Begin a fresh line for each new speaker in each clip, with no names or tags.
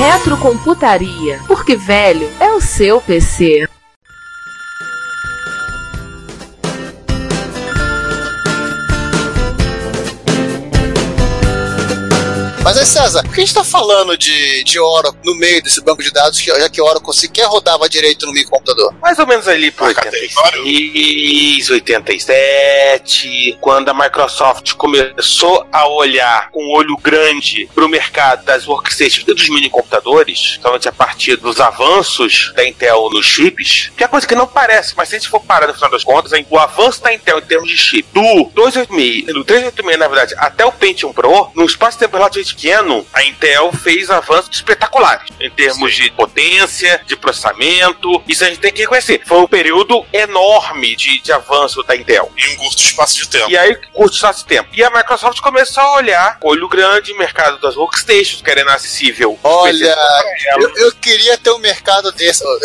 Retrocomputaria, porque velho é o seu PC.
Mas aí, César, por que a gente tá falando de, de Oracle no meio desse banco de dados, que, já que Oracle sequer rodava direito no microcomputador?
Mais ou menos ali por
Ah, cadê?
86, 87, quando a Microsoft começou a olhar com um olho grande para o mercado das workstations e dos minicomputadores, somente a partir dos avanços da Intel nos chips, que é coisa que não parece, mas se a gente for parar no final das contas, hein, o avanço da Intel em termos de chip do 286, do 386 na verdade, até o Pentium Pro, num espaço de tempo relativamente pequeno, a Intel fez avanços espetaculares em termos de potência, de processamento, isso a gente tem que reconhecer. Foi um período enorme de, de avanço da Intel.
Em um curto espaço de tempo.
E aí curte só esse tempo. E a Microsoft começou a olhar, com olho grande, mercado das workstations, querendo acessível.
Olha,
Pra
eu, eu queria ter um mercado desse.
ela,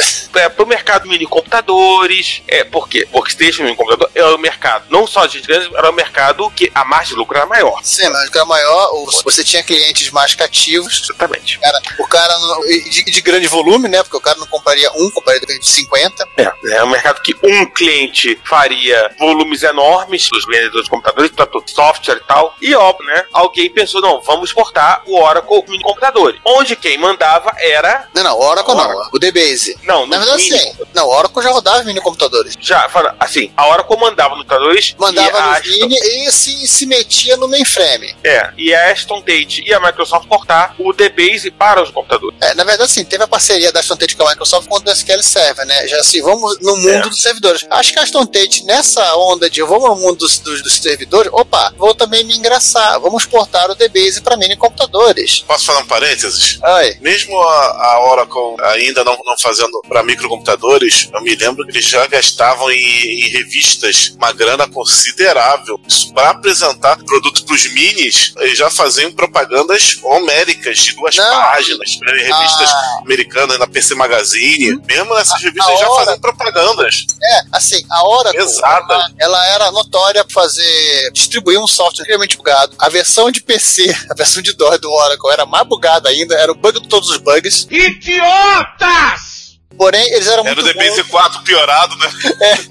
é, pro mercado mini computadores. É, por quê? Workstation mini computador é o mercado, não só de grandes, era o mercado que a margem de lucro era maior.
Sim, mas era maior, o- você tinha clientes mais cativos.
Exatamente.
Era, o cara não- e de, de grande volume, né? Porque o cara não compraria um, compraria de 50.
É, é um mercado que um cliente faria volumes enormes, os vendedores de computadores, tanto software e tal. E óbvio, né? Alguém pensou, não, vamos exportar o Oracle mini computadores. Onde quem mandava era.
Não, não, Oracle não,
Oracle.
o DBase.
Não,
Na
no
verdade,
mini-
sim. Não, Oracle já rodava em minicomputadores.
Já, fala, assim, a Oracle mandava nos computadores. e a
Mandava no
Ashton-
Vini e se, se metia no mainframe.
É, e a Aston Tate e a Microsoft portar o DBase para os computadores.
É, na verdade, sim, teve a parceria da Aston Tate com a Microsoft contra o SQL Server, né? Já assim, vamos no mundo
É.
dos servidores. Acho que a Aston Tate, nessa onda de vamos no mundo dos, dos- dos servidores, opa, vou também me engraçar, vamos exportar o DBase para mini computadores.
Posso falar um parênteses?
Ai,
Mesmo a, a Oracle ainda não, não fazendo para microcomputadores, eu me lembro que eles já gastavam em, em revistas uma grana considerável. Isso para apresentar produto para os minis, eles já faziam propagandas homéricas de duas
Não. Ah.
páginas, né, em revistas americanas, na PC Magazine. Mesmo nessas revistas, eles já
Uhum. Oracle-
faziam propagandas.
é, assim, a Oracle,
Pesada.
ela, ela era notória por fazer, distribuir um software extremamente bugado. A versão de PC, a versão de DOS do Oracle era mais bugada ainda, era o bug de todos os bugs.
Idiotas!
Porém, eles eram
Era o
muito bons.
DBZ 4 piorado, né?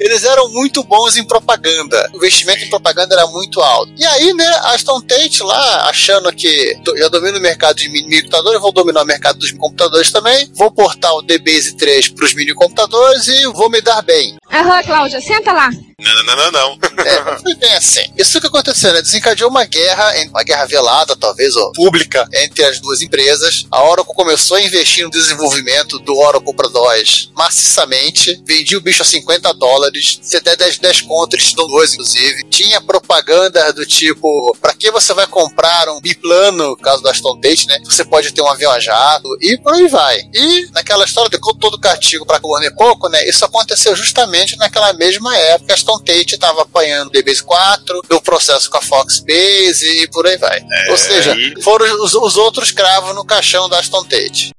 Eles eram muito bons em propaganda. O investimento em propaganda era muito alto. E aí, né, a Aston Tate lá, achando que do- já domina o mercado de minicomputadores, vou dominar o mercado dos computadores também, vou portar o DBase 3 para os minicomputadores e vou me dar bem.
Aham, Cláudia, senta lá.
Não, não, não, não. não.
É, não foi bem assim. Isso que aconteceu, né, desencadeou uma guerra, em- uma guerra velada, talvez, ou pública, entre as duas empresas. A Oracle começou a investir no desenvolvimento do Oracle para DOS maciçamente, vendia o bicho a 50 dólares, você até 10, 10 conto, eles te dão dois, inclusive. Tinha propaganda do tipo, pra que você vai comprar um biplano, no caso da Aston Tate, né? Você pode ter um avião a jato e por aí vai. E naquela história de todo castigo pra Warner Coco, né? Isso aconteceu justamente naquela mesma época. A Aston Tate tava apanhando o DBase 4, do processo com a Fox Base e por aí vai. Ou seja,
e-
foram os, os outros cravos no caixão da Aston Tate.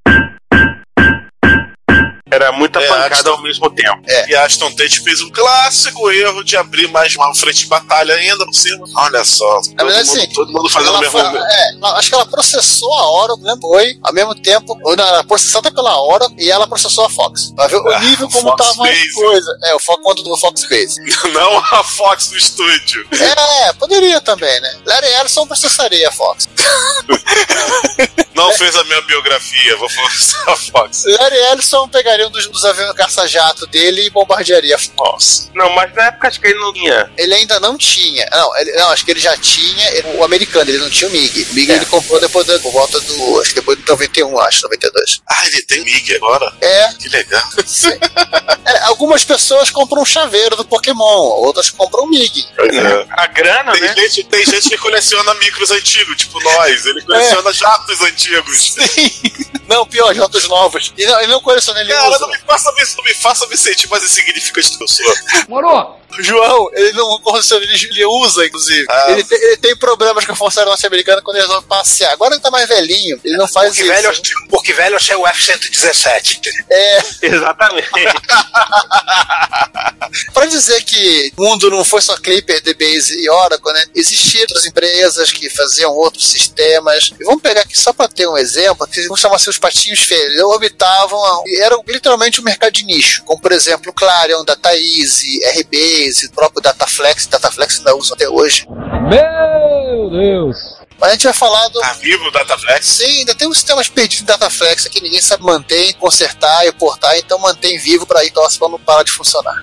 Era muita
É,
pancada
Ashton-
ao mesmo tempo.
É.
E a Aston Tate fez o clássico erro de abrir mais uma frente de batalha ainda por cima. Olha só. Todo,
É verdade,
mundo,
sim.
todo mundo fazendo o
Ela
mesmo
fa- é, ela- acho que ela processou a Oracle, né? Foi, ao mesmo tempo, ou não, ela processada pela Oracle e ela processou a Fox. Pra ver o
Ah,
nível como
Fox
tava
Base.
as coisas. É, o foco quanto do Fox Base.
Não a Fox no estúdio.
É, poderia também, né? Larry Ellison processaria a Fox.
Não fez a minha biografia, vou forçar a Fox.
Larry Ellison pegaria um dos, dos aviões caça-jato dele e bombardearia a Fox.
Não, mas na época acho que ele não tinha.
Ele ainda não tinha. Não, ele- não, acho que ele já tinha o americano, ele não tinha o MiG. O MiG
É.
ele comprou depois da, por volta do. Acho que depois de 91, acho, 92.
Ah, ele tem MIG agora?
É,
Que legal.
é, algumas pessoas compram um chaveiro do Pokémon, outras compram um o MiG.
É.
A grana,
Tem,
né?
gente, tem gente que coleciona micros antigos, tipo nós. Ele
É.
coleciona jatos antigos.
Não, pior, jatos novos. E não, ele não coleciona ele
Cara,
usa.
não me faça, me- não me faça me sentir mais insignificante que eu sou.
O João, ele não coleciona, ele, ele usa, inclusive.
Ah.
Ele, tem, ele tem problemas com a Força Aeronáutica Americana quando ele resolve passear. Agora ele tá mais velhinho, ele não faz
Porque
isso.
velho, porque velho achei o F-117.
É,
Exatamente.
Pra dizer que o mundo não foi só Clipper, DBase e Oracle, né? Existiam outras empresas que faziam outros sistemas. E vamos pegar aqui só pra ter um exemplo, que vamos chamar assim os patinhos feios. Eles orbitavam, a- e eram literalmente um mercado de nicho, como por exemplo Clarion, DataEasy, RBase, o próprio DataFlex, DataFlex ainda usa até hoje.
Meu Deus!
Mas a gente vai falar do
Tá vivo o Dataflex?
Sim, ainda tem uns sistemas perdidos em Dataflex que ninguém sabe manter, consertar e portar, então mantém vivo pra ir torce pra não parar de funcionar.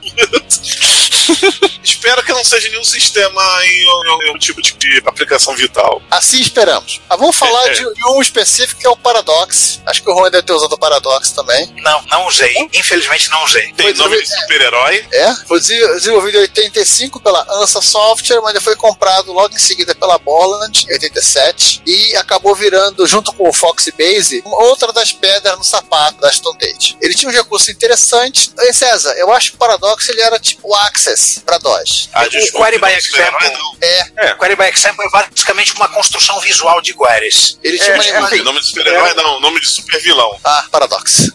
Espero que não seja nenhum sistema em em- em um tipo de aplicação vital.
Assim esperamos. Ah, vamos falar de, de um específico que é o Paradox. Acho que o Juan deve ter usado o Paradox também.
Não, não usei. Infelizmente não usei.
Tem
Pois
nome
é.
de super-herói.
É, foi desen- desenvolvido em 85 pela Ansa Software, mas ele foi comprado logo em seguida pela Borland, em 87, e acabou virando, junto com o Fox Base, uma outra das pedras no sapato da Stone Tate. Ele tinha um recurso interessante. Ei, César, eu acho que o Paradox ele era tipo o Access pra DOS.
Ah, desculpa,
Quarry by
não é um super-herói,
Example.
não.
O Query by Example é basicamente uma construção visual de É, Queries.
Ele tinha uma linguagem.
Nome de super-herói não, nome de super-vilão.
Ah, Paradox.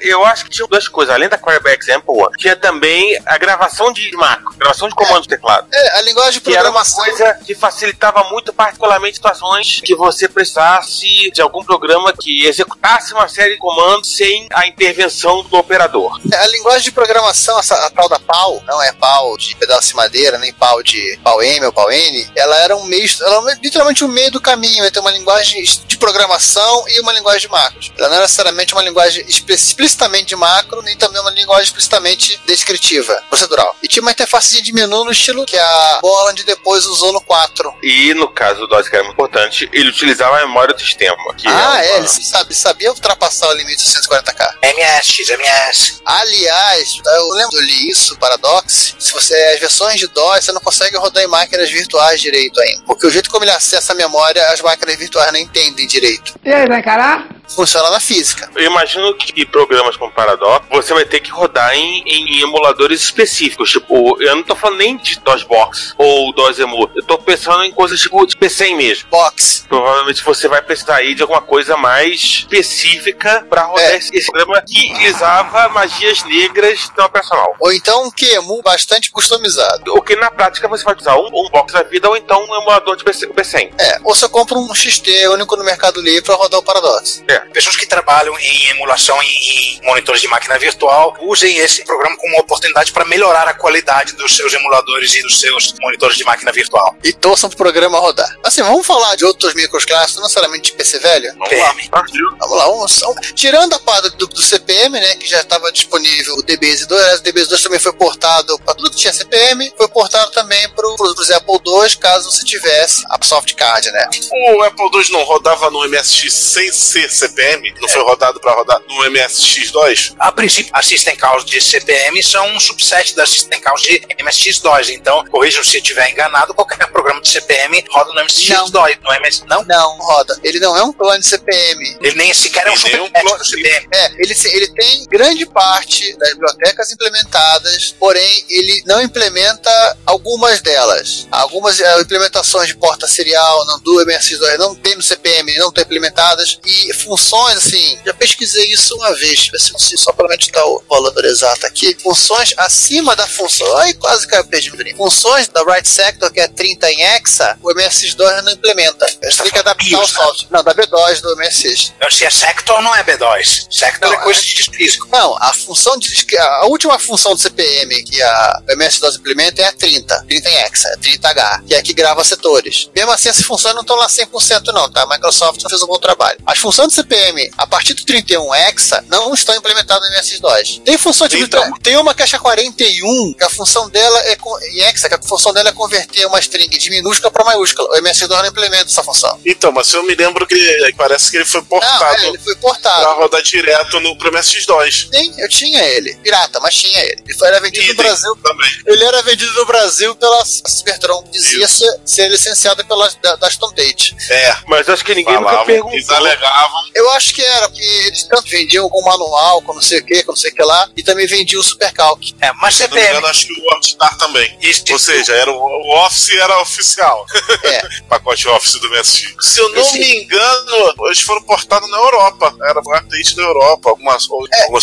Eu acho que tinha duas coisas. Além da Query by Example, tinha também a gravação de macro, gravação de comando de teclado.
É, a linguagem de
Que era uma
programação.
coisa que facilitava muito, particularmente situações que você precisasse de algum programa que executasse uma série de comandos sem a intervenção do operador.
É, A linguagem de programação, essa, a tal da PAL, não é PAL de pedaço de madeira, nem PAL de PAL M ou PAL N, ela era um misto, ela era literalmente um meio do caminho entre uma linguagem de programação e uma linguagem de macros. Ela não era necessariamente uma linguagem espe- explicitamente de macro, nem também uma linguagem explicitamente descritiva, procedural. E tinha uma interface de menu no estilo que a Borland depois usou no 4.
E no caso do DOS, que era muito importante, ele utilizava a memória do sistema. Que
ah, é,
uma-
ele sabe, sabia ultrapassar o limite dos 140k.
MS,
né?
MS.
Aliás, eu lembro, eu li isso, Paradox. Se você as versões de DOS, você não consegue rodar em máquinas virtuais direito ainda. Porque o jeito como ele acessa a memória, as máquinas virtuais não entendem direito.
E aí, vai encarar?
Funciona na física.
Eu imagino que programas como Paradox você vai ter que rodar em, em emuladores específicos. Tipo, eu não tô falando nem de DOSBox ou DOSEMU. Eu tô pensando em coisas tipo de PC mesmo.
Box.
Provavelmente você vai precisar aí de alguma coisa mais específica pra rodar
É.
esse, esse programa que usava magias negras do operacional.
Ou então um QEMU bastante customizado.
O que na prática você vai usar um, um box da vida ou então um emulador de PC, PCM.
É, ou você compra um XT único no Mercado Livre pra rodar o Paradox.
Pessoas que trabalham em emulação em, em monitores de máquina virtual usem esse programa como uma oportunidade para melhorar a qualidade dos seus emuladores e dos seus monitores de máquina virtual.
E torçam pro programa rodar. Assim, vamos falar de outros micros clássicos, não necessariamente de PC velho?
PM.
Vamos lá, um, só um- tirando a parada do, do CPM, né, que já estava disponível o DBase 2, aliás, o DBase 2 também foi portado para tudo que tinha CPM, foi portado também para os Apple II, caso você tivesse a soft card, né?
O Apple II não rodava no MSX sem ser CPM? Não foi rodado pra rodar no MSX2?
A princípio, as System Calls de CPM são um subset das System Calls de MSX2. Então, corrijam se eu estiver enganado, qualquer programa de CPM roda no MSX2. No MS, não?
Não, roda. Ele não é um clone de CPM.
Ele nem sequer é um
E nem um
subset
clone.
do CPM.
É, ele, se- ele tem grande parte das bibliotecas implementadas, porém ele não implementa algumas delas. Algumas eh, implementações de porta serial não, do MSX2 não tem no CPM, não estão implementadas e fun- funções, assim, já pesquisei isso uma vez, assim, se- só pra gente dar o valor exato aqui. Funções acima da função. Ai, quase caiu o pedido. Funções da right sector, que é 30 em hexa, o MSX2 não implementa. Eles têm que adaptar o
BIOS, né?
software. Não, da B2 do MSX.
Não, se é Sector, não é B2. Sector
Não,
é coisa de disco físico.
Não, a função de, que a a última função do CPM que é a o MS-DOS implementa é a 30, 30 em hexa, é 30H, que é a que grava setores. Mesmo assim, essas funções não estão lá 100% não, tá? A Microsoft não fez um bom trabalho. As funções do CPM, a partir do 31 hexa, não estão implementadas no MS-DOS. Tem função de...
Então.
Tem uma é caixa 41, que a função dela é... con- Em hexa, que a função dela é converter uma string de minúscula para maiúscula. O MS-DOS não implementa essa função.
Então, mas eu me lembro que parece que ele foi
Não,
portado
é, ele foi
pra
portado.
rodar direto no pro MSX2.
Sim, eu tinha ele. Pirata, mas tinha ele. Ele foi- era vendido no
Idem.
Brasil
Também.
Ele era vendido no Brasil pela Cybertron, dizia ser, ser licenciado pela da, da Stone
É.
Mas acho que ninguém nunca
Falavam, eles
perguntou.
alegavam.
Eu acho que era, porque eles tanto vendiam com manual, com não sei o que, com não sei o que lá, e também vendiam o Supercalc.
É, mas
Se não me
CPM.
engano, acho que o Hotstar também.
Isso,
Ou seja, era o, o Office era oficial.
É.
Pacote Office do MSX. Se eu não
Esse-
me engano, eles foram portados na Europa. Era o update da Europa. Algumas, algumas
É, O que eu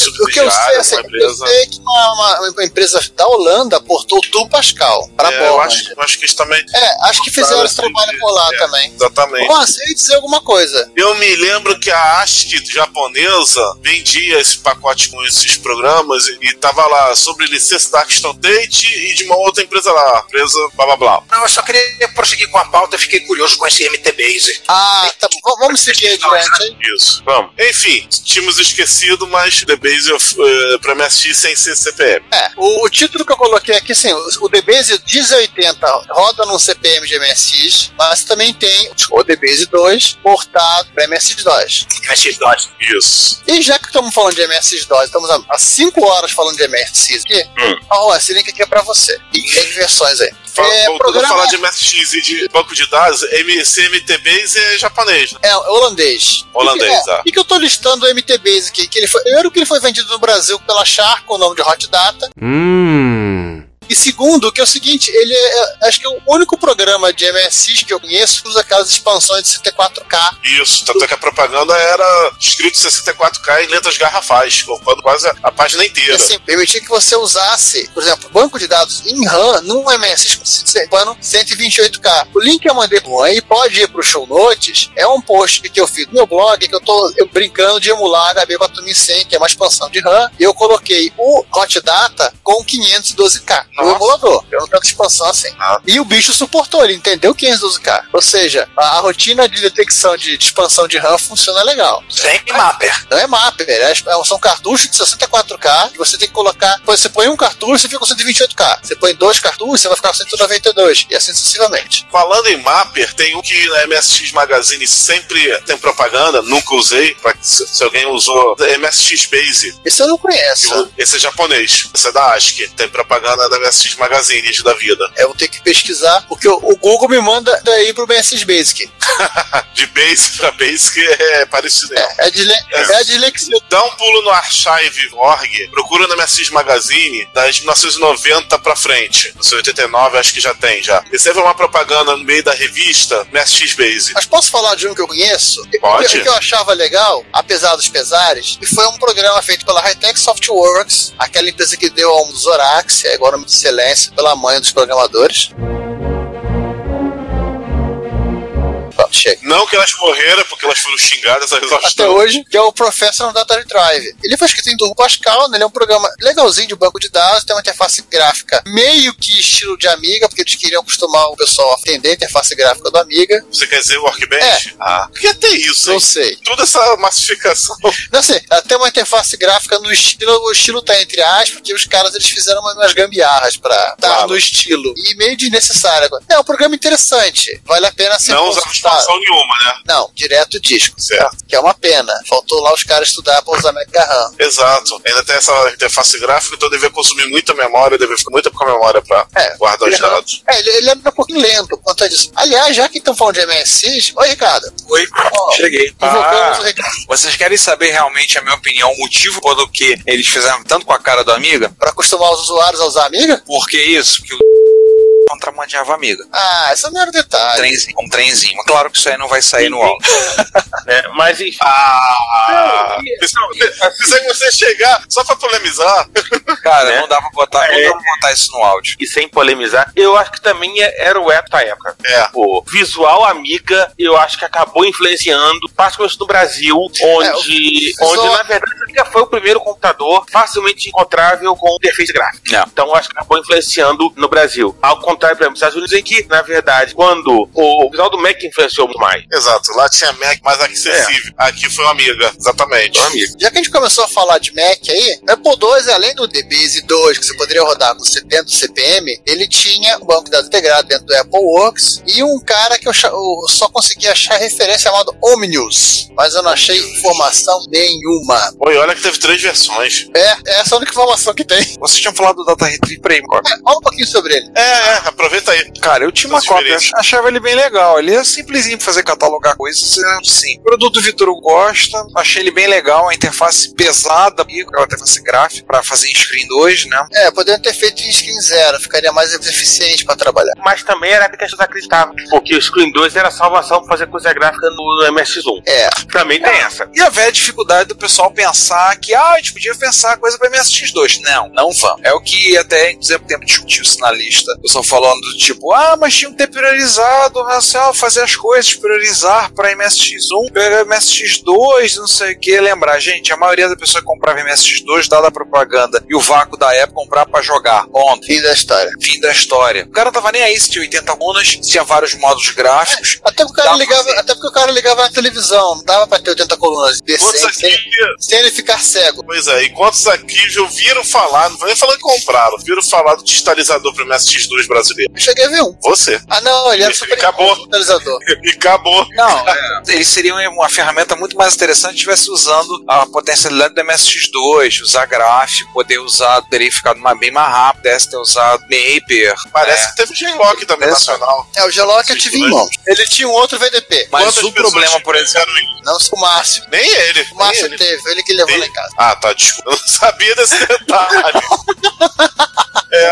sei,
subsidiárias,
assim,
uma
eu
empresa.
sei que uma, uma- uma empresa da Holanda portou do Pascal para
É,
a
eu
bola.
acho, eu acho que eles também.
É, acho que fizeram
Cara,
esse trabalho por lá
é.
também.
Exatamente.
Juan, você ia dizer alguma coisa?
Eu me lembro que a ASCII japonesa vendia esse pacote com esses programas e, e tava lá sobre licença da Axton Tate e de uma outra empresa lá, empresa blá blá blá.
Não, eu só queria prosseguir com a pauta, fiquei curioso com esse MT Base.
Ah, tá bom. v- Vamos seguir adiante
é
aí.
Isso.
Vamos.
Enfim, tínhamos esquecido, mas The Base of, eh, pra MSX sem ser CPM.
É, o, o título que eu coloquei aqui, assim, o, o DBase 1080 roda num CPM de MSX, mas também tem o DBase 2 portado para MSX2.
MSX2.
Isso.
E já que estamos falando de MSX2, estamos há- há 5 horas falando de MSX aqui,
Hum.
ó, esse link aqui é para você. E tem versões aí.
Fa-
É,
voltando
programa-
a falar de MSX e de banco de dados, MCMT Base é japonês, né?
É, é holandês.
Holandês,
E que- é,
ah.
E que eu tô listando o MT Base aqui, que ele foi, primeiro que ele foi vendido no Brasil pela Char, com o nome de Hot Data,
Mmm.
E segundo, que é o seguinte, ele é, acho que é o único programa de MSX que eu conheço que usa aquelas expansões de 64K.
Isso, tanto é que a propaganda era escrito 64K em letras garrafais, ocupando quase a, a página
E,
inteira.
assim, permitia que você usasse, por exemplo, banco de dados em RAM num tipo, MSX com 128K. O link que eu mandei pro Juan e pode ir pro show notes, é um post que eu fiz no meu blog que eu tô eu brincando de emular a HB4100, que é uma expansão de RAM, e eu coloquei o Hot Data com 512K no
Nossa.
emulador. Eu não tanto expansão assim. E o bicho suportou, ele entendeu 512K. Ou seja, a, a rotina de detecção de, de expansão de RAM funciona legal.
Sem Mapper.
Não é mapper, é, é- são cartuchos de 64K que você tem que colocar. Você põe um cartucho, você fica com 128K. Você põe dois cartuchos, você vai ficar com 192. E assim sucessivamente.
Falando em mapper, tem um que na MSX Magazine sempre tem propaganda, nunca usei, pra- se, se alguém usou MSX Base,
Esse eu não conheço.
que o- esse é japonês, esse é da ASCII, tem propaganda da MSX Magazine de da vida.
É, Eu vou ter que pesquisar, porque o, o Google me manda daí pro BSX Basic.
De Base pra Base que é parecido. né?
É, é, dile, é a dilexia.
Dá um pulo no archive.org, procura no MSX Magazine das 1990 pra frente. 1989 acho que já tem, já. Recebe uma propaganda no meio da revista MSX Base.
Mas posso falar de um que eu conheço?
Pode.
O que- O que eu achava legal, apesar dos pesares, e foi um programa feito pela Hightech Softworks, aquela empresa que deu ao Zorax, é agora uma excelência pela mãe dos programadores. Ó, Chega.
Não que elas morreram, porque elas foram xingadas, elas
Até hoje, que é o Professor Data Drive. Ele foi escrito em Turbo Pascal, né? ele é um programa legalzinho de banco de dados, tem uma interface gráfica meio que estilo de Amiga, porque eles queriam acostumar o pessoal a entender a interface gráfica do Amiga.
Você quer dizer Workbench? Ah, porque até isso,
É.
hein?
Não sei.
Toda essa massificação.
Não sei, Assim, ela tem uma interface gráfica no estilo, o estilo tá entre aspas, porque os caras eles fizeram umas- umas gambiarras pra tá
Claro.
no estilo. E meio desnecessário agora. É um programa interessante, vale a pena ser
não usava
consultado.
expansão nenhuma, né?
Não, direto disco,
Certo.
que é uma pena. Faltou lá os caras estudar pra usar Mega RAM.
Exato. Ainda tem essa interface gráfica, então devia consumir muita memória, devia ficar muito com a memória pra
É.
guardar os
Ele-
dados.
É, ele, ele é um pouquinho lento quanto a disso. Aliás, já que estão falando de MSX, oi Ricardo,
Oi,
Ó,
cheguei.
invocamos
Ah,
o Ricardo
vocês querem saber realmente a minha opinião, o motivo pelo que eles fizeram tanto com a cara do Amiga?
pra acostumar os usuários a usar Amiga?
Por que isso? Porque o encontrar uma Java amiga.
Ah, esse não era o
Um
detalhe.
trenzinho, um trenzinho. Mas Claro que isso Tá aí não vai sair no álbum.
né? Mas enfim.
Ah! Pessoal, Apesar que você chegar só pra polemizar,
Cara,
Né?
não dá pra botar,
É.
não dá pra botar isso no áudio.
E sem polemizar, eu acho que também é- era o app da época.
é.
O visual amiga, eu acho que acabou influenciando, particularmente no Brasil, onde,
É, o-
onde
só-
na verdade a amiga foi o primeiro computador facilmente encontrável com um interface gráfica.
É.
Então eu acho que acabou influenciando no Brasil. Ao contrário, por exemplo, nos Estados Unidos, em que, na verdade, quando o visual do Mac influenciou muito mais.
Exato, lá tinha Mac mais acessível. Aqui foi uma amiga, exatamente.
Meu amigo.
Já que a gente começou a falar de Mac aí, o Apple II, além do DBase 2, que você poderia rodar com 70 CPM, ele tinha um banco de dados integrado dentro do Apple Works e um cara que eu, cha- eu só consegui achar referência chamado Omnius, mas eu não achei informação nenhuma.
Oi, olha que teve três versões.
É, essa é a única informação que tem.
Vocês tinham falado do Data Retrieve Premium.
É.
Fala um pouquinho sobre ele.
É, é, aproveita aí.
Cara, eu tinha uma
Essas
cópia,
diferenças.
achava ele bem legal. Ele é simplesinho pra fazer catalogar coisas, é assim. O produto Vitor gosta, achei ele bem legal, a interface pesada, é uma interface gráfica pra fazer em screen 2, né?
É, poderiam ter feito em skin zero, ficaria mais eficiente pra trabalhar.
Mas também era que as pessoas acreditavam. Porque o Screen 2 era a salvação pra fazer coisa gráfica no MSX1.
É,
Também tem essa.
E a velha dificuldade do pessoal pensar que, ah, a gente podia pensar coisa pra MSX2. Não, não vamos. É o que até, inclusive, tempo discutiu-se na lista. Eu só falando do tipo, ah, mas tinha que ter priorizado o racial, fazer as coisas, priorizar pra MSX1, pegar MSX2, não sei o que. Lembrar, gente, a maioria da pessoa que comprava MSX2, dada a propaganda e o vácuo da época, comprar pra jogar. Ontem.
fim da história.
Fim da história. O cara não tava nem aí se tinha 80 runas, se tinha vários modos gráficos.
Até porque, o cara
Dá pra
ligava,
fazer.
até porque o cara ligava na televisão, não dava pra ter 80 colunas
Quantos
decentes, sem,
aqui?
sem ele ficar cego.
Pois é, e quantos aqui já ouviram falar, não vou nem falar que compraram, ouviram falar do digitalizador pro MSX2 brasileiro?
Eu cheguei a ver um.
Você.
Ah, não, ele era
Esse
super
acabou.
digitalizador.
E acabou.
Não, ele seria um, uma ferramenta muito mais interessante se estivesse usando a potencialidade do MSX2, usar gráfico, poder usar, teria ficado mais, bem mais rápido, pudesse ter usado Maper.
Parece que teve o G-Lock também
É.
nacional.
É, o Gelock eu tive em mãos. Ele tinha um outro VDP.
Mas
Quantas
o
pessoas
problema, por exemplo.
tiveram em-
Não sou o Márcio.
Nem ele.
O
nem
Márcio
ele.
teve, ele que levou
Ele?
lá em casa.
Ah, tá, desculpa. Eu não sabia desse detalhe.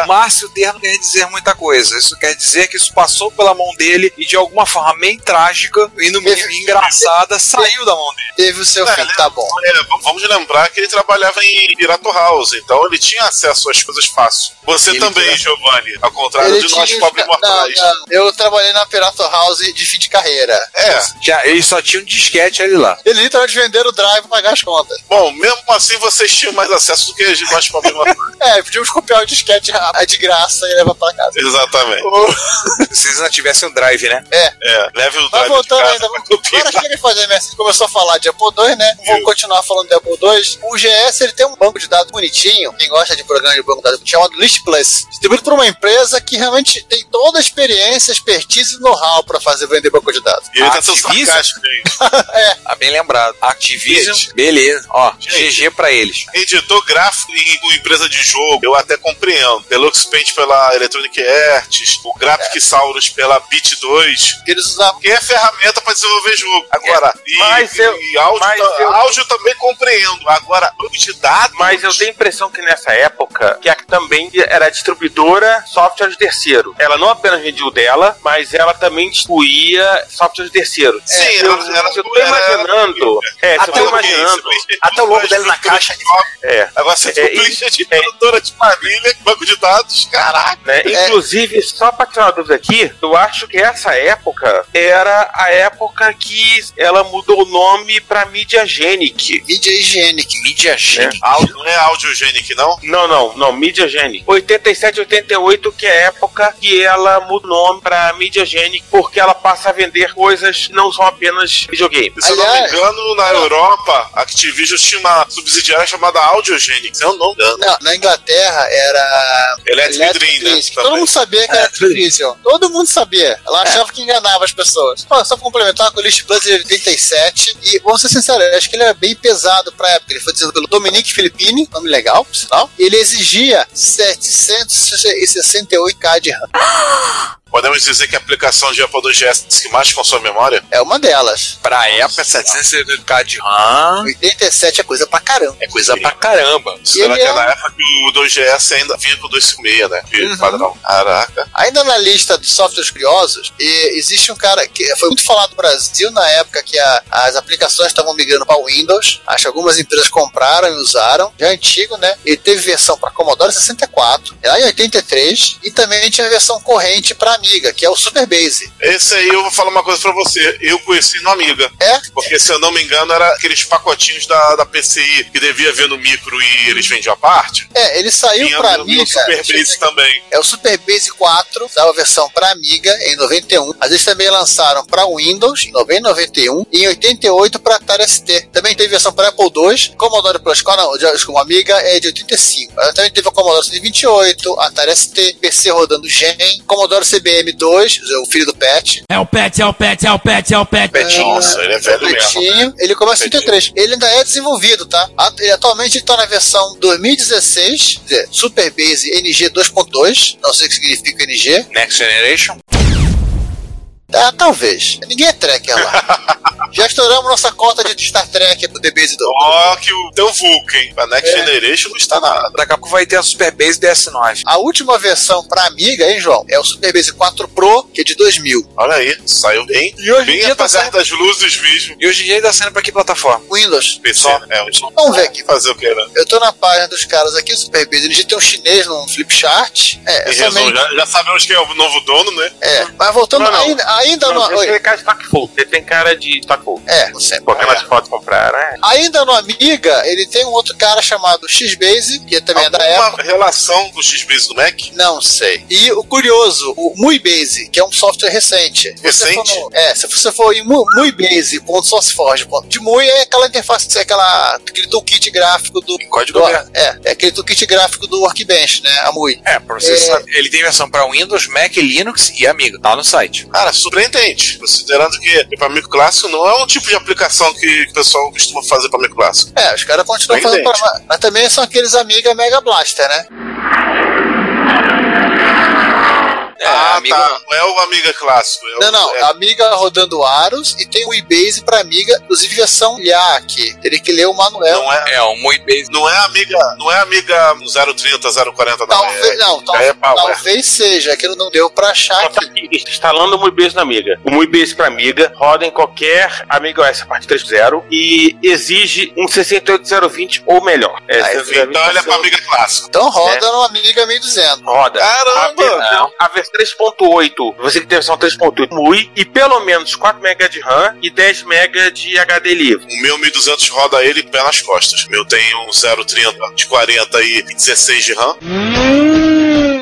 O Márcio termo quer dizer muita coisa. Isso quer dizer que isso passou pela mão dele e de alguma forma meio trágica e no mínimo engraçada saiu da mão dele.
Teve o seu fim, tá bom.
É, v- vamos lembrar que ele trabalhava em Pirato House, então ele tinha acesso às coisas fácil. Você
Ele
também,
tinha-
Giovanni, ao contrário
Ele
de nós
tinha-
pobres
não,
mortais.
não, Eu trabalhei na Pirata House de fim de carreira.
É,
Já, ele só tinha um disquete ali lá.
Ele literalmente venderam o drive pra pagar as contas.
bom, mesmo assim vocês tinham mais acesso do que nós pobres mortais.
É, podíamos copiar o disquete ah, de graça e levar pra casa.
Exatamente.
Se eles não tivessem o drive, né?
É, leve o
Mas
drive de
voltando
casa
ainda,
pra
agora
copiar.
chega de fazer MS, começou a falar de Apple II, né? Vamos
Isso.
continuar falando de Apple II. O GS ele tem um banco de dados bonitinho, quem gosta de programa de banco de dados bonitinho, chamado List Plus, distribuído por uma empresa que realmente tem toda a experiência, expertise e know-how pra fazer vender banco de dados.
E ele tá sendo
Ativista?
sarcástico, hein?
Ah, bem lembrado. Activision, beleza. Ó, GG pra eles.
Editor gráfico em uma empresa de jogo, eu até compreendo. Deluxe Paint pela Electronic Arts, o Graphicsauros pela Bit 2,
Porque eles usavam.
que é ferramenta para desenvolver jogo. Agora, e,
É, Mas eu-
e áudio,
mas
ta-
eu-
áudio também compreendo. Agora, banco de dados.
Mas eu tenho a impressão que nessa época, que a que também era distribuidora software de terceiro. Ela não apenas vendia o dela, mas ela também distribuía software de terceiro.
Sim,
É,
ela-
eu,
ela-
se eu tô
ela-
imaginando. É, se eu tô
Até o que é
imaginando.
isso, gente?
Até o logo dele na caixa.
É.
Agora você
É,
publica de
é.
produtora de família, banco de dados, caraca.
Né? Inclusive, só pra tirar uma dúvida aqui, eu acho que essa época era a época que ela mudou o nome pra mídia Genic.
Mídia higiênica.
Mídia
Né?
Áudio, não é audiogenic, não?
Não, não, não, Mídia Gene. 87, 88, que é a época que ela muda o nome pra Mídia Gene, porque ela passa a vender coisas que não são apenas videogame.
Se
Aliás-
eu não me engano, na Europa, a Activision tinha uma subsidiária chamada Audiogenic. Se eu não me engano.
Não, na Inglaterra era.
Electric, Dream, né?
Electric, é que Todo mundo sabia que era difícil. Todo mundo sabia. Ela achava que enganava as pessoas. Ó, só pra complementar, com o List Plus ele é de 87. E vamos ser sinceros, eu acho que ele era bem pesado pra época. Ele foi desenvolvido pelo Dominique Filippini, nome legal, por sinal. Ele exigia 768k de RAM.
Podemos dizer que a aplicação de Apple 2GS que mais consome memória?
É uma delas.
Pra época, 768K um de RAM
87 é coisa pra caramba.
é coisa pra caramba.
Isso era
ele é-
aquela época que o 2GS ainda vinha com o 256, né? Que
Uhum.
Padrão. Caraca.
Ainda na lista de softwares curiosos, e existe um cara que foi muito falado no Brasil na época que a- as aplicações estavam migrando para o Windows. Acho que algumas empresas compraram e usaram. Já é antigo, né? Ele teve versão para Commodore 64, é lá em 83, e também tinha a versão corrente para Amiga, que é o Super Base.
Esse aí eu vou falar uma coisa pra você. Eu conheci no Amiga.
É?
Porque, se eu não me engano, era aqueles pacotinhos da, da PCI que devia vir no micro e eles vendiam à parte.
É, ele saiu
Tinha
para
no, no
Amiga.
Super
deixa eu ver
Base também.
É o Super Base 4, saiu a versão para Amiga em 91. Mas eles também lançaram para Windows em 90 e 91 e em 88 para Atari ST. Também teve versão para Apple II, Commodore Plus, qual não, de- desculpa, Amiga é de 85. Mas Também teve a Commodore 128, Atari ST, PC rodando GEM, Commodore CBM 2, o filho do Pet,
É o pet, é o pet, é o pet, é o pet.
Petinho, nossa, ele é velho mesmo.
Pretinho. Ele começa em
Petinho.
83. Ele ainda é desenvolvido, tá? At- ele Atualmente ele tá na versão 2016, quer dizer, Super Base NG 2.2, não sei o que significa NG.
Next Generation.
Ah, talvez. Ninguém é tracker lá. Já estouramos nossa cota de Star Trek pro The Base 2.
Ó, que o teu Vulcan. A Next Generation não está nada.
Daqui a pouco vai ter a Super Base DS9.
Tá A última versão pra Amiga, hein, João? É o Super Base 4 Pro, que é de 2000.
Olha aí, saiu bem.
E hoje em
Bem
dia tá
apesar das luzes mesmo.
E hoje em dia tá saindo pra que plataforma?
Windows.
PC,
Só.
né? É,
Vamos ver aqui.
Fazer o que, né?
Eu tô na página dos caras aqui, o Super Base. Eles tem um chinês num flip chart. É, é
Em resumo,
somente.
já, já sabemos quem é o novo dono, né?
É, mas voltando,
Não, não.
ainda, ainda
Não,
no.
ele
Então, Oi.
tem cara é de Stockfold. Ele tem cara de Stockfold.
É, não sei.
Porque elas fotos compraram, é.
Ainda no Amiga, ele tem um outro cara chamado X-Base, que é também é da época.
Uma relação com o X-Base do Mac?
Não sei. E o curioso, o MuiBase, que é um software recente. Você
Recente?
for no- é, se você for em Mu- muibase.sourceforge. De Mui é aquela interface, é aquela, aquele toolkit gráfico do.
Em código
do
aberto.
é, é aquele toolkit gráfico do Workbench, né? A Mui.
É, pra você
É.
saber. Ele tem versão pra Windows, Mac, Linux e Amiga. Tá no site.
Cara, surpreendente. Considerando que para micro clássico não é um tipo de aplicação que o pessoal costuma fazer para micro clássico.
É, os caras continuam
Bem
fazendo.
idêntico.
Pra, mas também são aqueles Amiga Mega Blaster, né?
É,
ah,
Amiga-
tá. Não é o Amiga clássico. é o-
Não, não.
é-
Amiga rodando aros e tem o MuiBase pra Amiga, inclusive versão IA aqui. Teria que ler o manual.
não é.
É, o Mui Base.
Não é amiga, não é amiga 030, 040, não.
Talvez,
é,
não, tal-
é power.
talvez seja, que não deu pra achar
Ó, tá
aqui.
né? aqui, Instalando o MuiBase na Amiga. O MuiBase para Amiga roda em qualquer Amiga OS a partir 3.0 e exige um 68020 ou melhor. É,
Ah,
68020
Então ele é pra amiga clássico.
Então roda
Né?
no Amiga 1200.
roda.
Caramba!
A versão, a versão 3.8, você que tem a versão 3.8 MUI e pelo menos 4 MB de RAM e 10 MB de HD livre.
O meu 1200 roda ele pé nas costas. O meu tem um 030 de 40 e 16 de RAM.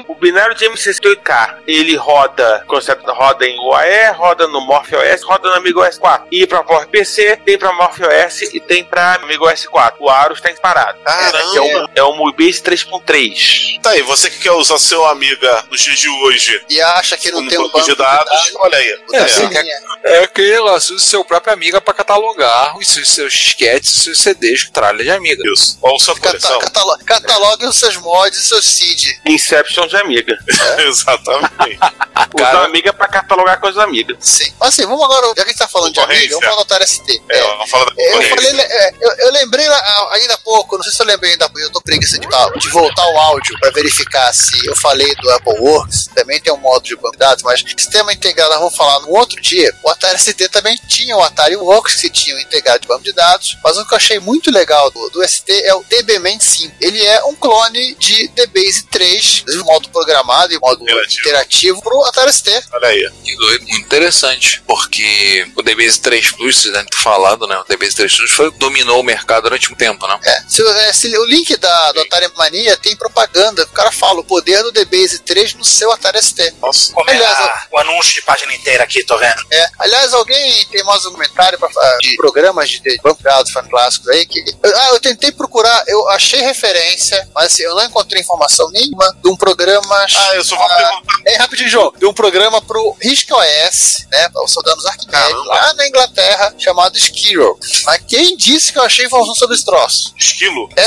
O binário de M68K, ele roda, conceito roda em UAE, roda no MorphOS, roda no Amiga OS 4. E para PowerPC, tem para MorphOS e tem para Amiga OS 4. O Aros está disparado.
Caramba!
Que
um-
é o, é o MuiBase 3.3.
Tá aí, você que quer usar seu amiga nos dias de hoje
e acha que não
como
tem um
banco de dados, olha aí.
É,
É,
você
sim,
quer-
é.
É aquele negócio, use seu próprio Amiga pra catalogar os seus, seus disquetes, os seus CDs, com tralha de Amiga.
Isso. Ou sua
Cata-
coleção.
catalo- Cataloguem os seus mods e seus seed.
Inception de Amiga.
é.
Exatamente.
Usar
Cara-
Amiga é pra catalogar coisas da Amiga.
Sim. Mas assim, vamos agora, já que a gente tá falando de
Concorrência.
amiga, vamos falar do Atari ST.
É,
É,
vamos falar da
Eu,
concorrência.
falei, é, eu, eu lembrei lá- ah, ainda há pouco, não sei se eu lembrei ainda há pouco, eu tô preguiça de, de voltar o áudio pra verificar se eu falei do Apple Works, também tem um modo de banco de dados, mas sistema integrado, nós vamos falar no outro dia. O Atari ST também tinha o Atari Works, que tinha o integrado de banco de dados, mas o que eu achei muito legal do, do ST é o DBMan 5. Ele é um clone de DBase 3, inclusive modo programado e modo
Interativo.
interativo pro Atari ST.
Olha aí.
E foi muito interessante, porque o DBase 3 Plus, vocês devem ter falado, né? O DBase 3 Plus foi, dominou o mercado durante um tempo, né?
É, se, é, se- o link da, do Atari Mania tem propaganda. O cara fala o poder do DBase 3 no seu Atari ST.
Nossa.
Como é
Aliás,
a- o anúncio de página inteira aqui, tô vendo.
É, Aliás, alguém tem mais um comentário pra, fa- de programas de, de banco de dados fantásticos aí? Que, ah, eu tentei procurar, eu achei referência, mas assim, eu não encontrei informação nenhuma de um programa.
Ah, eu só vou perguntar.
É rapidinho, João. De um programa pro RISC OS, né? Para os soldados arquimédicos,
Caramba.
lá na Inglaterra, chamado Skiro. Mas quem disse que eu achei informação sobre esse troço?
Esquilo?
É?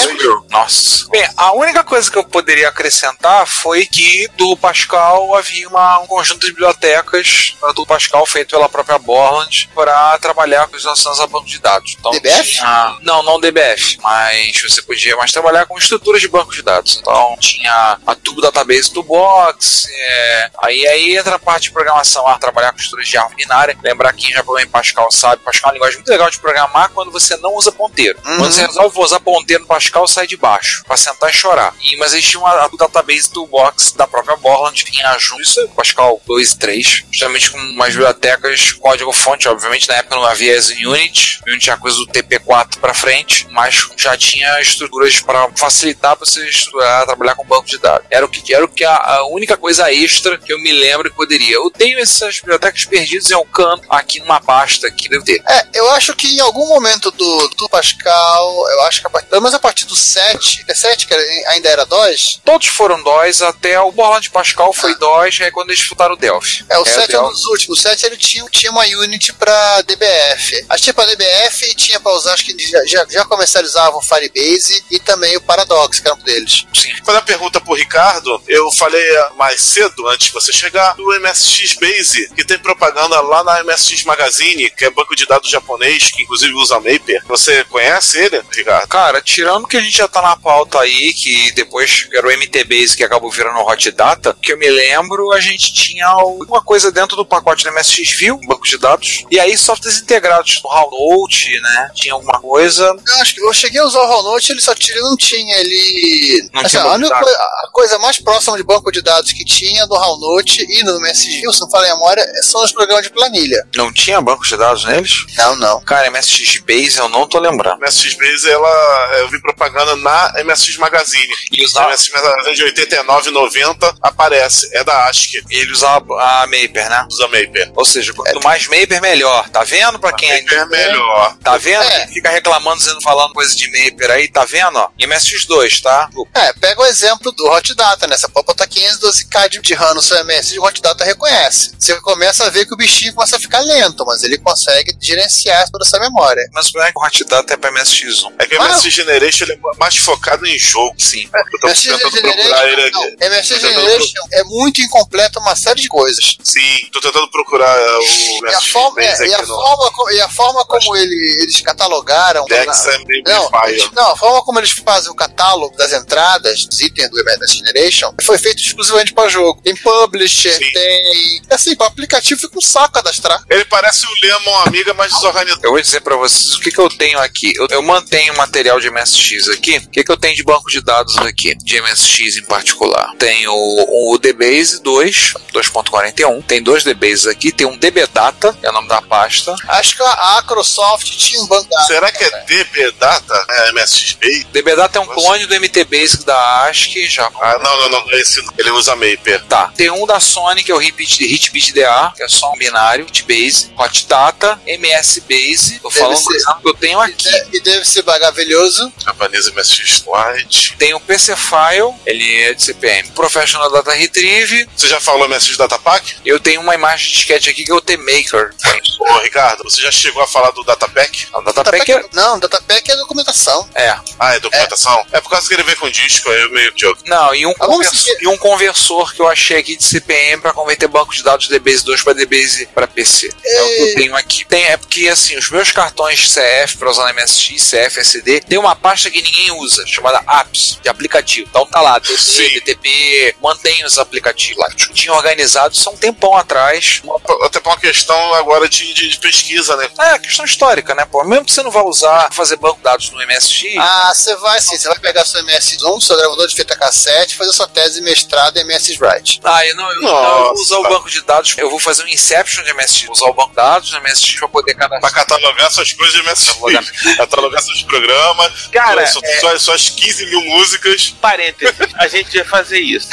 Nossa. Bem, a única coisa que eu poderia acrescentar foi que do Pascal havia uma- um conjunto de bibliotecas uh, do Pascal feito pela própria Borland para trabalhar com os nossos bancos de dados. Então,
DBF?
tinha- não, não DBF, mas você podia mais trabalhar com estruturas de banco de dados. Então tinha a Turbo Database Toolbox, é, aí, aí entra a parte de programação, ah, trabalhar com estruturas de árvore binária. Lembrar quem já programou em Pascal sabe, Pascal é uma linguagem muito legal de programar quando você não usa ponteiro. Quando você resolve usar ponteiro no Pascal, sai de baixo, pra sentar e chorar. E, mas existia uma, a database toolbox da própria Borland em ajuda, isso é Pascal 2 e 3, justamente com umas bibliotecas, código-fonte, obviamente na época não havia as Unity, Unity tinha coisa do TP4 pra frente, mas já tinha estruturas pra facilitar pra você estudar, trabalhar com banco de dados. Era o que era o que a, a única coisa extra que eu me lembro que poderia. Eu tenho essas bibliotecas perdidas em um canto aqui numa pasta que devo ter.
É, eu acho que em algum momento do, do Pascal, eu acho que a partir, pelo menos a partir do 7, é 7 que era- ainda era DOS,
Todos foram DOS, até o Borland Pascal foi DOS, aí quando eles disputaram Ah. o Delphi.
É, o 7 é um
Delphi.
dos últimos. O 7 ele tinha, tinha uma unit pra DBF. Acho que tinha pra DBF e tinha pra usar, acho que já, já, já comercializavam o Firebase e também o Paradox, que era um deles.
Fazer a pergunta pro Ricardo, eu falei ah, mais cedo, antes de você chegar, do MSX Base, que tem propaganda lá na MSX Magazine, que é banco de dados japonês, que inclusive usa Maper. Você conhece ele, Ricardo?
Cara, tirando que a gente já tá na pauta aí, que depois era o MTBase que acabou virando o Hot Data, que eu me lembro, a gente tinha alguma coisa dentro do pacote do MSX View, Um banco de dados, e aí softwares integrados, o Hownote, né? Tinha alguma coisa.
Eu acho que eu cheguei a usar o Hallnote, ele só tinha, ele não tinha, ele...
Não
Assim,
tinha
a,
banco de
única
dados.
coi- a coisa mais próxima de banco de dados que tinha do Hallnote e no MSG, se não falei a memória, são os programas de planilha.
Não tinha banco de dados neles?
Não, não.
Cara, MSX Base eu não tô lembrando.
MSX Base, ela, é, eu vi propaganda na MSX Magazine.
Ele
Na
usava,
MSX Magazine de 89 90 aparece. É da ASCII,
ele usava a Maper, né?
usa Maper.
Ou seja, quanto mais Maper, melhor. Tá vendo pra quem
Maper é melhor.
Tá vendo?
É.
Quem Fica reclamando, dizendo, falando coisa de Maper aí, tá vendo? ó? MSX2, tá?
É, pega o exemplo do Hot Data, né? Você pode botar 512k de, de RAM no seu MS e o Hot Data reconhece. Você começa a ver que o bichinho começa a ficar lento, mas ele consegue gerenciar toda essa memória.
Mas o problema é que o Hot Data é pra MSX1.
É que o
Ah.
MSX Generation ele é mais focado em jogo.
Sim.
Eu tô
MSX
tentando procurar ele
Generation, não,
aqui.
MSX
Tô tentando
Generation é muito incompleto uma série de coisas.
Sim, tô tentando procurar é, o
E a,
MSX
forma,
Base
é, e a
aqui no
forma co- e a forma como ele- eles catalogaram.
Dex é meio
Não,
Fire.
não, a forma como eles fazem o catálogo das entradas, dos itens do MS Generation, foi feito exclusivamente para jogo. Tem publisher,
Sim.
tem. Assim, para aplicativo fica um saco cadastrar.
Ele parece o Lemon Amiga, mas desorganizado.
Eu vou dizer pra vocês o que, que eu tenho aqui. Eu, eu mantenho material de MSX aqui. O que, que eu tenho de banco de dados aqui? De MSX em particular. Tenho o, o DBase 2, 2.41. Tem dois DBases aqui. Tem um DBData, que é o nome da pasta.
Acho que a Acrosoft tinha um banco da
Será que é DB Data? É MSX Base?
DBData é um
Nossa.
clone do MTBase da ASCII, já
Ah, não, não, não. Esse, não. ele usa Maper.
Tá. Tem um da Sony, que é o Hitbit, Hitbit DA, que é só um binário, Hitbase, Hot Data, MS Base. Tô
Deve
falando
ser.
do que eu tenho aqui.
e deve ser bagavelhoso.
Japanese MSX White.
Tem o PC File, ele é de CPM. Professional Data Retrieve.
Você já falou MSX Data Pack?
Eu tenho uma imagem de disquete aqui que é o T-Maker.
Ô, Ricardo, você já chegou a falar do Ah, Data Pack?
O Datapack é...
Não, Datapack é documentação.
é.
Ah, é documentação? É, por causa que ele veio com disco, aí eu meio jogo.
Não, e um,
Ah, vamos
converso-
seguir.
e um conversor que eu achei aqui de CPM pra converter banco de dados DBase 2 pra DBase pra PC. É o que eu tenho aqui. Tem, é porque, assim, os meus cartões CF pra usar na MSX, CF, SD, tem uma pasta que ninguém usa, chamada apps, de aplicativo. Então tá lá,
Sim.
DC, DTP, mantém os aplicativos lá. Eu tinha organizado isso há um tempão atrás.
Até por uma questão agora de, de- de pesquisa, né?
É, questão histórica, né? Pô, mesmo que você não vá usar, fazer banco de dados no MSX,
Ah, você vai sim, você vai pegar seu MS-ROM, seu gravador de fita cassete e fazer sua tese de mestrado em MS-Write.
Ah, eu não, eu,
Nossa.
não, eu vou usar o banco de dados. Eu vou fazer um Inception de MSX. Vou usar o banco de dados de MSX pra poder
Pra
cadastrar.
catalogar suas coisas de MSX. catalogar seus programas.
Cara,
suas,
é-
suas, suas 15 mil músicas.
Parênteses, a gente ia fazer isso.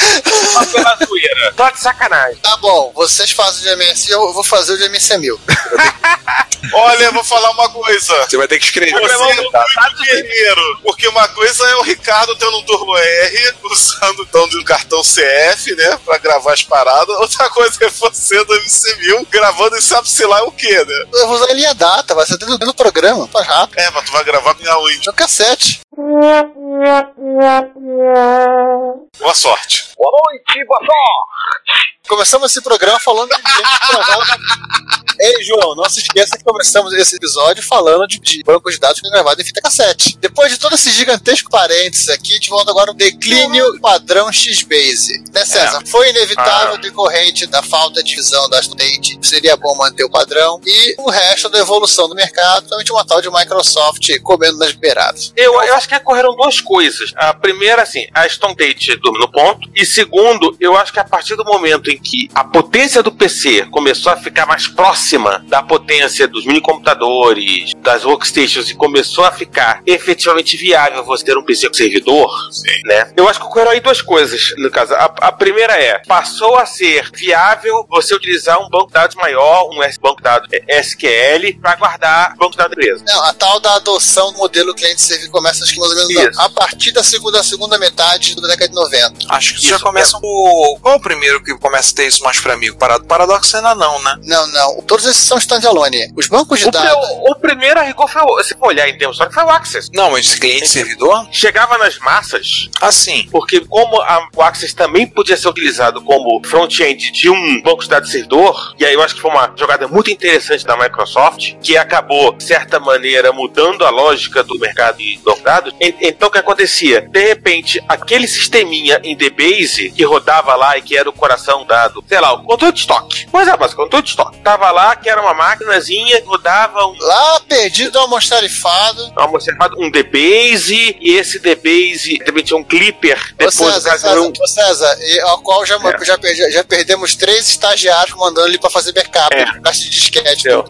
Só pela zoeira. Só de sacanagem.
Tá bom, vocês fazem o de MS, eu vou fazer o de MC1000.
Olha, eu vou falar uma coisa.
Você vai ter que escrever.
Você
Você-
é um muito guerreiro, porque uma coisa é o Ricardo tendo um Turbo R, usando então de um cartão CF, né, pra gravar as paradas. Outra coisa é você do MC1000, gravando e sabe sei lá o que, né?
Eu vou usar a linha data, vai ser dentro do programa, faz rápido.
É, mas tu vai gravar com a Wind.
Jogo cassete.
Boa sorte.
Começamos esse programa falando de gente que gravava. Ei, João, não se esqueça que começamos esse episódio falando de, de banco de dados que é gravado em fita cassete. Depois de todo esse gigantesco parênteses aqui, a gente volta agora ao declínio padrão X-Base. Né, César? Foi inevitável decorrente da falta de visão das lentes. Seria bom manter o padrão. E o resto da evolução do mercado, principalmente uma tal de Microsoft comendo nas beiradas.
Eu, eu acho que ocorreram duas coisas. A primeira, assim, a Stone Date dorme no ponto. E segundo, eu acho que a partir do momento em que a potência do PC começou a ficar mais próxima da potência dos minicomputadores, das workstations, e começou a ficar efetivamente viável você ter um PC com servidor,
Sim.
né? Eu acho que ocorreram aí duas coisas, no caso. A, a primeira é, passou a ser viável você utilizar um banco de dados maior, um S- banco de dados é, SQL, para guardar banco de dados da empresa.
Não, a tal da adoção do modelo cliente-servidor começa acho que mais ou menos
Isso.
a partir da segunda, segunda metade da década de 90.
Acho que isso,
Isso,
já começa o. Qual é o primeiro que começa a ter isso mais pra mim? O Parado Paradoxo ainda não, né?
Não, não. Todos esses são standalone. Os bancos de
O,
dados.
pri- o primeiro a rigor foi, o- se for olhar em termos históricos, foi o Access.
Não, mas cliente servidor?
Chegava nas massas,
Assim.
porque como a- o Access também podia ser utilizado como front-end de um banco de dados servidor, e aí eu acho que foi uma jogada muito interessante da Microsoft, que acabou, de certa maneira, mudando a lógica do mercado de banco de dados. En- Então o que acontecia? De repente, aquele sisteminha em DBase que rodava lá e que era o coração dado, sei lá, o controle de estoque. Coisa básica, controle de estoque. Tava lá, que era uma máquinazinha, que rodava um
Lá perdido do almoxarifado.
Uma mostrada, um DBase, e esse DBase também tinha um Clipper.
Ô
Depois
César,
fazia
César,
um-
ô César, e ao qual já,
É.
já, perdi- já perdemos três estagiários mandando ele pra fazer backup,
É.
caixa de disquete.
Entendeu?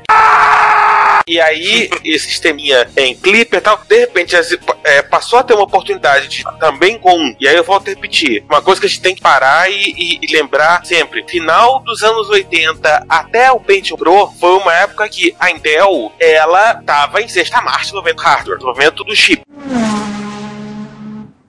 E aí, esse sisteminha em Clipper e tal, de repente as- é, passou a ter uma oportunidade de também com. um. E aí eu volto a repetir: uma coisa que a gente tem que parar e, e- e lembrar sempre. Final dos anos 80 até o Pentium Pro foi uma época que a Intel ela tava em sexta marcha no movimento hardware, no movimento do chip.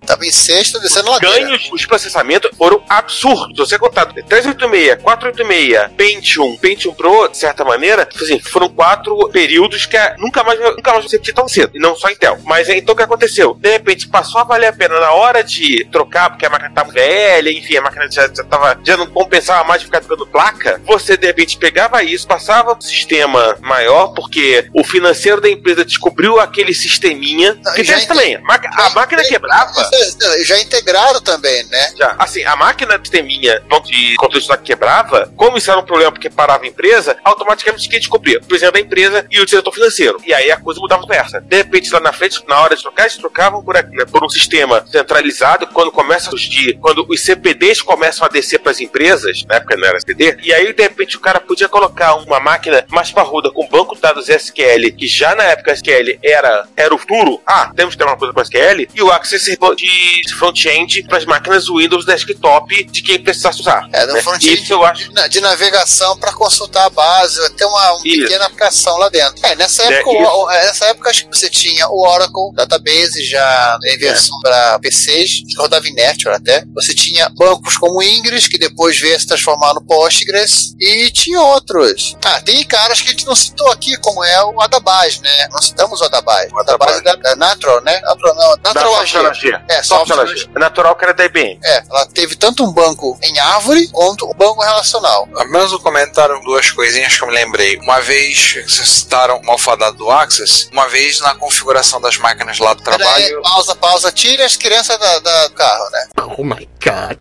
Tava em sexta, descendo a ladeira.
ganhos os processamentos foram absurdos. Se você é contar 386, 486, Pentium, Pentium Pro, de certa maneira, tipo assim, foram quatro períodos que é- nunca mais nunca mais você repetir tão cedo, e não só Intel. Mas é, então o que aconteceu? De repente passou a valer a pena na hora de trocar, porque a máquina estava velha, enfim, a máquina já, já, tava, já não compensava mais ficar trocando placa. Você de repente pegava isso, passava pro sistema maior, porque o financeiro da empresa descobriu aquele sisteminha.
Não,
Que
Ah, já
tem isso também. A máquina- a
Já
máquina
entendi.
quebrava.
Não, Já integraram também, né?
Já. Assim, a máquina que tem minha banco de controle de estoque quebrava, como isso era um problema porque parava a empresa, automaticamente quem descobria? O presidente da empresa e o diretor financeiro. E aí a coisa mudava conversa. De repente, lá na frente, na hora de trocar, eles trocavam por, aqui, né, por um sistema centralizado. Quando começa os de. Quando os CPDs começam a descer para as empresas, na época não era CD, e aí de repente o cara podia colocar uma máquina mais parruda com banco de dados SQL, que já na época SQL era, era o futuro. Ah, temos que ter uma coisa com SQL, e o Access Servo- de front-end para as máquinas Windows desktop de quem precisasse usar. né?
É, do front-end.
Isso eu acho.
Na- De navegação pra consultar a base, até uma, uma
Isso.
pequena aplicação lá dentro. É, nessa
É,
época, o-
isso.
o- é, nessa época acho que você tinha o Oracle Database já em versão pra PCs, que rodava em Network até. Você tinha bancos como o Ingress, que depois veio se transformar no Postgres, e tinha outros. Ah, tem caras que a gente não citou aqui, como é o Adabase, né? Nós citamos o Adabase. O Adabase da, da Natural, né? Natural não, Natural AG.
G.
É,
Microsoft, ela- é natural que era da IBM.
É, ela teve tanto um banco em árvore quanto um banco relacional.
Apenas um comentário, duas coisinhas que eu me lembrei. Uma vez, vocês citaram o malfadado do Axis, uma vez na configuração das máquinas lá do
Peraí,
trabalho.
pausa, pausa. Tire as crianças da, da- do carro, né?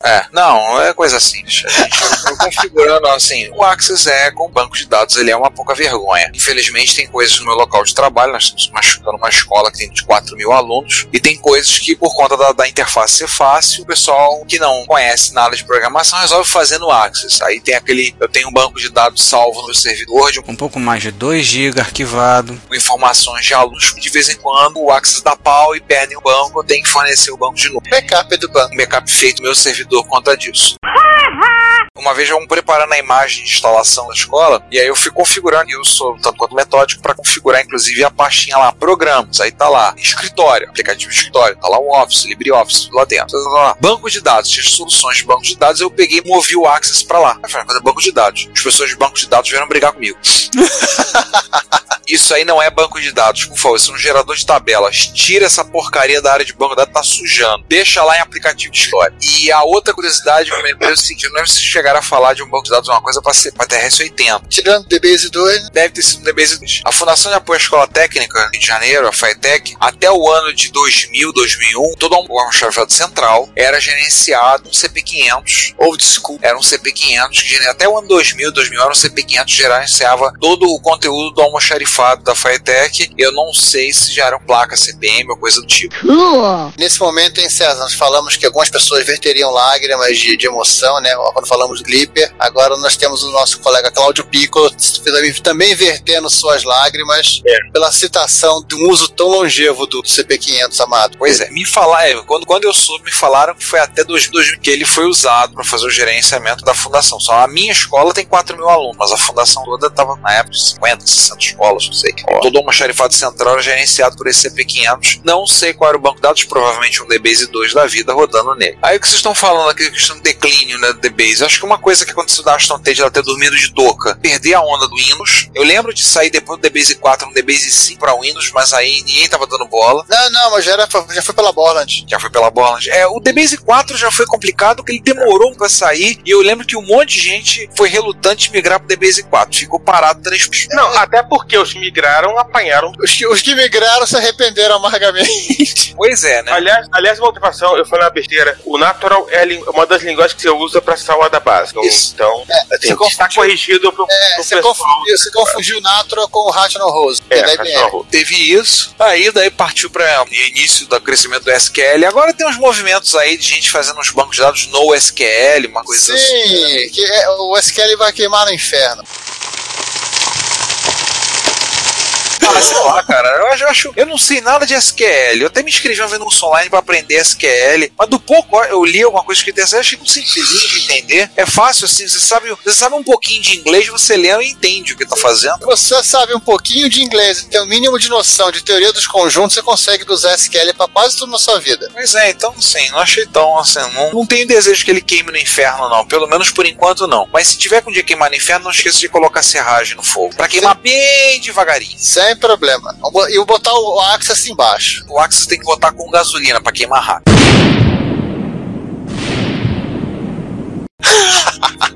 É, não, é coisa assim. Eu configurando assim, o Axis é, com o banco de dados, ele é uma pouca vergonha. Infelizmente, tem coisas no meu local de trabalho, nós estamos machucando uma escola que tem de 4 mil alunos, e tem coisas que, por conta da, da interface ser fácil, o pessoal que não conhece nada de programação resolve fazer no Axis. Aí tem aquele, eu tenho um banco de dados salvo no meu servidor de um
Um pouco mais de 2 GB arquivado.
com informações de alunos. De vez em quando o Axis dá pau e perdem o banco, eu tenho que fornecer o banco de novo.
Backup do banco.
Um backup feito no meu servidor por conta disso. Uma vez eu preparando a imagem de instalação da escola, e aí eu fui configurando, e eu sou tanto quanto metódico para configurar inclusive a pastinha lá, programas, aí tá lá, escritório, aplicativo de escritório, tá lá o Office, LibreOffice, tudo lá dentro, tá lá, banco de dados, tinha soluções de banco de dados, eu peguei e movi o Access para lá. Eu falei, mas é banco de dados. As pessoas de banco de dados vieram brigar comigo. Isso aí não é banco de dados, por favor. Isso é um gerador de tabelas. Tira essa porcaria da área de banco de dados, tá sujando. Deixa lá em aplicativo de história. E a outra curiosidade que eu lembrei é o seguinte: eu não lembro se chegaram a falar de um banco de dados, uma coisa para ser pra TRS-80.
Tirando DBase 2,
Deve ter sido no DBase 2. A Fundação de Apoio à Escola Técnica do Rio de Janeiro, a FATEC, até o ano de 2000, 2001, todo um órgão chave central era gerenciado um CP500
old school.
era um CP500 que gerenciava, até o ano 2000, 2000 era um CP500 que gerenciava todo o conteúdo do almoxarifado da Firetech. Eu não sei se já eram placa CPM ou coisa do tipo.
Nesse momento, hein, César, nós falamos que algumas pessoas verteriam lágrimas de, de emoção, né? Quando falamos do Glipper. Agora nós temos o nosso colega Cláudio Piccolo também- também vertendo suas lágrimas pela citação de um uso tão longevo do CP500, amado.
Pois é, me falar, é, quando, quando eu soube, me falaram que foi até 2000 que ele foi usado para fazer o gerenciamento da fundação. Só a minha escola tem 4 mil alunos, mas a fundação toda estava na época de 50, 60 escolas, não sei. Todo o almoxarifado central era gerenciado por esse CP500. Não sei qual era o banco de dados, provavelmente um DBase 2 da vida rodando nele. Aí o que vocês estão falando aqui, questão do declínio né, do DBase, acho que uma coisa que aconteceu da Aston Tate, ela ter dormido de toca, perder a onda do Windows. Eu lembro de sair depois do DBase 4, um DBase 5 para Windows, mas aí ninguém estava dando bola
Não, não, mas já, era, já foi pela Borland.
já foi pela Borland. É, o The Base 4 já foi complicado, porque ele demorou pra sair, e eu lembro que um monte de gente foi relutante de migrar pro The Base 4. Ficou parado três
Não, até porque os migraram, apanharam.
Os que, os que migraram se arrependeram amargamente.
Pois é, né?
Aliás, aliás, uma observação, eu falei uma besteira. O natural é a lin- uma das linguagens que você usa pra salvar da base. Então,
Isso.
então assim,
você
está corrigido pro,
É,
pro
você,
pessoal.
confundiu, você confundiu o Natural com o Rational Rose. que
É,
é da IBM.
cachorro.
Teve isso, aí daí partiu para início do crescimento do SQL. Agora tem uns movimentos aí de gente fazendo uns bancos de dados no SQL, uma coisa assim.
Sim, que é- o SQL vai queimar no inferno.
Ah, sei lá, cara. Eu, acho- eu acho. Eu não sei nada de SQL. Eu até me inscrevi vendo um online pra aprender SQL. Mas do pouco eu li alguma coisa que tem eu achei muito simplesinho de entender. É fácil assim. Você sabe, você sabe um pouquinho de inglês, você lê e entende o que tá fazendo.
Você sabe um pouquinho de inglês e tem o mínimo de noção de teoria dos conjuntos, você consegue usar SQL pra quase tudo na sua vida.
Pois é, então assim, não achei tão assim. Não, não tenho desejo que ele queime no inferno, não. Pelo menos por enquanto não. Mas se tiver com um dia queimar no inferno, não esqueça de colocar serragem no fogo. Pra queimar bem devagarinho.
Sem problema. E eu botar o Axis assim embaixo.
O Axis tem que botar com gasolina pra queimar rápido.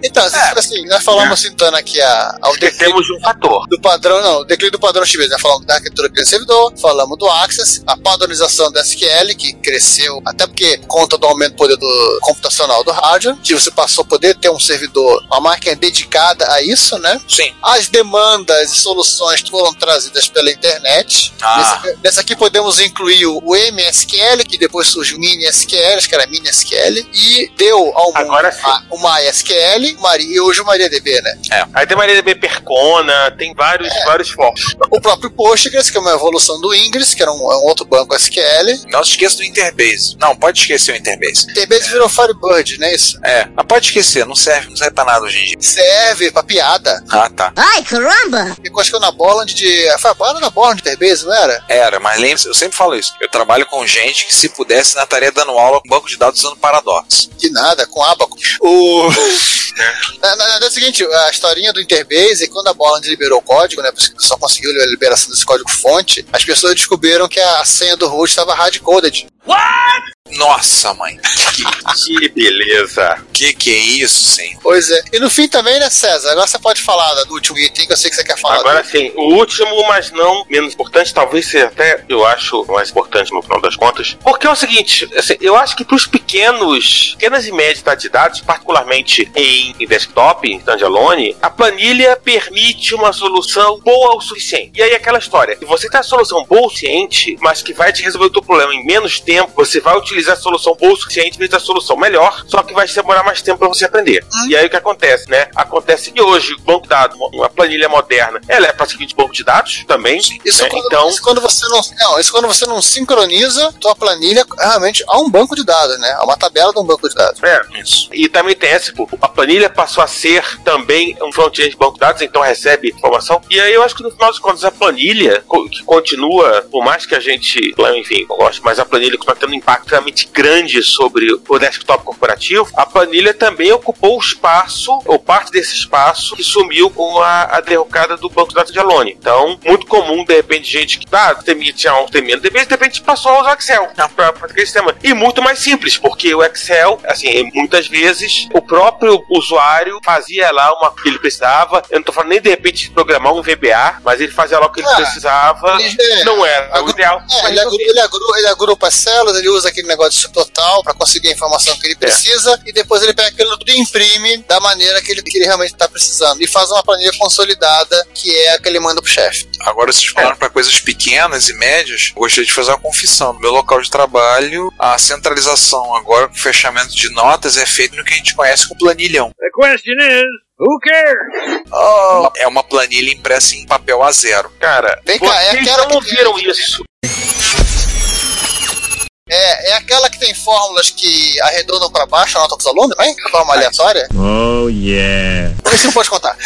Então, assim, nós falamos citando aqui a, ao declínio
Esquecemos de um fator.
do padrão, não, o declínio do padrão chinês. Nós falamos da arquitetura do servidor, falamos do Access, a padronização da SQL, que cresceu até porque por conta do aumento do poder do computacional do hardware, que você passou a poder ter um servidor, uma máquina dedicada a isso, né?
Sim.
as demandas e soluções que foram trazidas pela internet.
Ah.
Nessa, nessa aqui podemos incluir o o MSQL, que depois surgiu o MiniSQL, que era MiniSQL, e deu ao mundo
Agora sim.
a- o MySQL o Mari- e hoje o MariaDB, né?
Aí tem Maria B. Percona, tem vários,
É.
vários focos.
O próprio Postgres, que é uma evolução do Ingress, que era um, um outro banco SQL.
Não se esqueça do Interbase. Não, pode esquecer o Interbase.
DB virou Firebird, não é isso?
É, mas pode esquecer, não serve, não serve pra nada hoje em dia.
Serve pra piada.
Ah, tá.
Ficou acho que na Borland de... Foi a Borland na Borland de Interbase, não era?
Era, mas lembre-se, eu sempre falo isso. Eu trabalho com gente que, se pudesse, na tarefa dando aula com banco de dados usando paradoxo.
De nada, com abaco.
O.
Na, na, na- é o seguinte, a historinha do Interbase, quando a Borland liberou o código, né, porque só conseguiu a liberação desse código fonte, as pessoas descobriram que a senha do root estava hardcoded.
Nossa, mãe.
Que beleza.
Que que é isso, senhor?
Pois é. E no fim também, né, César? Agora você pode falar da- do último item que eu sei que você quer falar.
Agora sim, o último, mas não menos importante, talvez seja até, eu acho, mais importante no final das contas. Porque é o seguinte, assim, eu acho que para os pequenos, pequenas e médias entidades, particularmente em, em desktop, em standalone, a planilha permite uma solução boa o suficiente. E aí aquela história, se você tem a solução boa o suficiente, mas que vai te resolver o teu problema em menos tempo, você vai utilizar a solução boa o suficiente, mas a solução melhor, só que vai demorar mais tempo para você aprender.
Hum.
E aí o que acontece, né? Acontece que hoje, o banco de dados, uma planilha moderna, ela é praticamente um banco de dados também.
Isso,
né?
quando,
Então,
isso quando você não, não, isso quando você não sincroniza tua planilha realmente a um banco de dados, né? A uma tabela de um banco de dados.
é, E também tem essa, tipo, a planilha passou a ser também um front-end de banco de dados, então recebe informação. E aí eu acho que no final das contas a planilha, co- que continua, por mais que a gente, enfim, goste, mas a planilha continua tendo um impacto realmente grande sobre o desktop corporativo, a planilha também ocupou o espaço, ou parte desse espaço, que sumiu com a, a derrocada do banco de dados de Alone. Então, muito comum, de repente, gente que tá, tem, tinha um, tem menos, de repente, de repente passou a usar Excel para aquele sistema. E muito mais simples, porque o Excel, assim, muitas vezes o próprio usuário fazia lá uma que ele precisava. Eu não tô falando nem de repente de programar um VBA, mas ele fazia lá o que ele
Ah,
precisava.
ele já-
Não era o
agora-
ideal.
É,
mas
ele, agru-
resolvia.
ele, agru- ele agrupa as células, ele usa aquele negócio de total para conseguir a informação
É.
que ele precisa e depois ele pega aquilo tudo e imprime da maneira que ele, que ele realmente está precisando e faz uma planilha consolidada que é a que ele manda pro chefe.
Agora vocês falaram pra coisas pequenas e médias. eu Gostaria de fazer uma confissão. No meu local de trabalho, a centralização agora com o fechamento de notas é feito no que a gente conhece como planilhão.
The question is, who cares?
É uma planilha impressa em papel a zero.
Cara,
Vem cá, é
vocês
aquela
não
que-
viram isso.
É, é aquela que tem fórmulas que arredondam para baixo a nota dos alunos, hein? Forma aleatória?
Oh yeah.
Você não pode contar.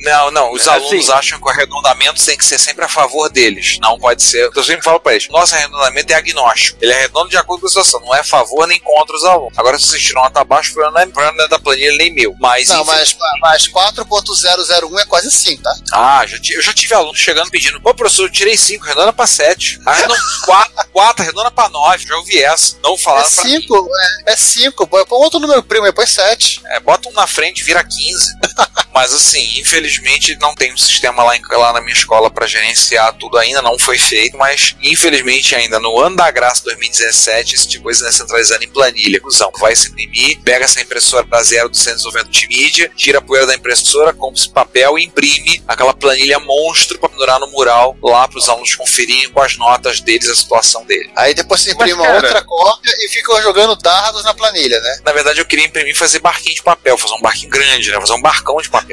Não, não. Os
É,
alunos
assim.
acham que o arredondamento tem que ser sempre a favor deles. Não pode ser. Então eu sempre falo pra eles: nosso arredondamento é agnóstico. Ele arredonda de acordo com a situação. Não é a favor nem contra os alunos. Agora, se vocês tiram nota abaixo, o problema não é- o problema não é da planilha nem meu. Mas,
Não,
enfim.
mas, mas 4.001 é quase 5, tá?
Ah, já ti- eu já tive aluno chegando pedindo: Pô, professor, eu tirei 5, redonda pra 7. Arredonda 4, 4, redonda pra 9. Já ouvi essa. Não
É
falaram pra mim.
5, é 5. põe põe outro número primo aí, põe 7.
É, bota um na frente, vira 15. Mas assim, infelizmente não tem um sistema lá, em- lá na minha escola para gerenciar tudo ainda, não foi feito, mas infelizmente ainda no ano da graça 2017, esse tipo de coisa né, centralizando em planilha. Cusão, vai se imprimir, pega essa impressora da zero do centro de desenvolvimento de mídia, tira a poeira da impressora, compra esse papel e imprime aquela planilha monstro para pendurar no mural lá para os alunos conferirem com as notas deles a situação deles.
Aí depois você imprime uma
cara-
outra cópia e fica jogando dardos na planilha, né?
Na verdade, eu queria imprimir e fazer barquinho de papel, fazer um barquinho grande, né? Fazer um barcão de papel.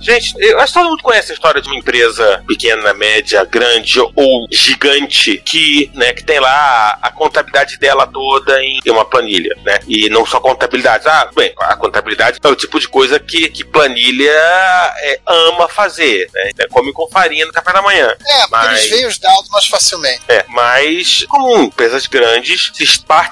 Gente, eu acho que todo mundo conhece a história de uma empresa pequena, média, grande ou gigante que, né, que tem lá a contabilidade dela toda em uma planilha, né? E não só contabilidade. Ah, bem, a contabilidade é o tipo de coisa que, que planilha é, ama fazer, né? É, Come com farinha no café da manhã.
É, porque
Mas-
eles veem os dados mais facilmente.
É, mas como empresas grandes, se-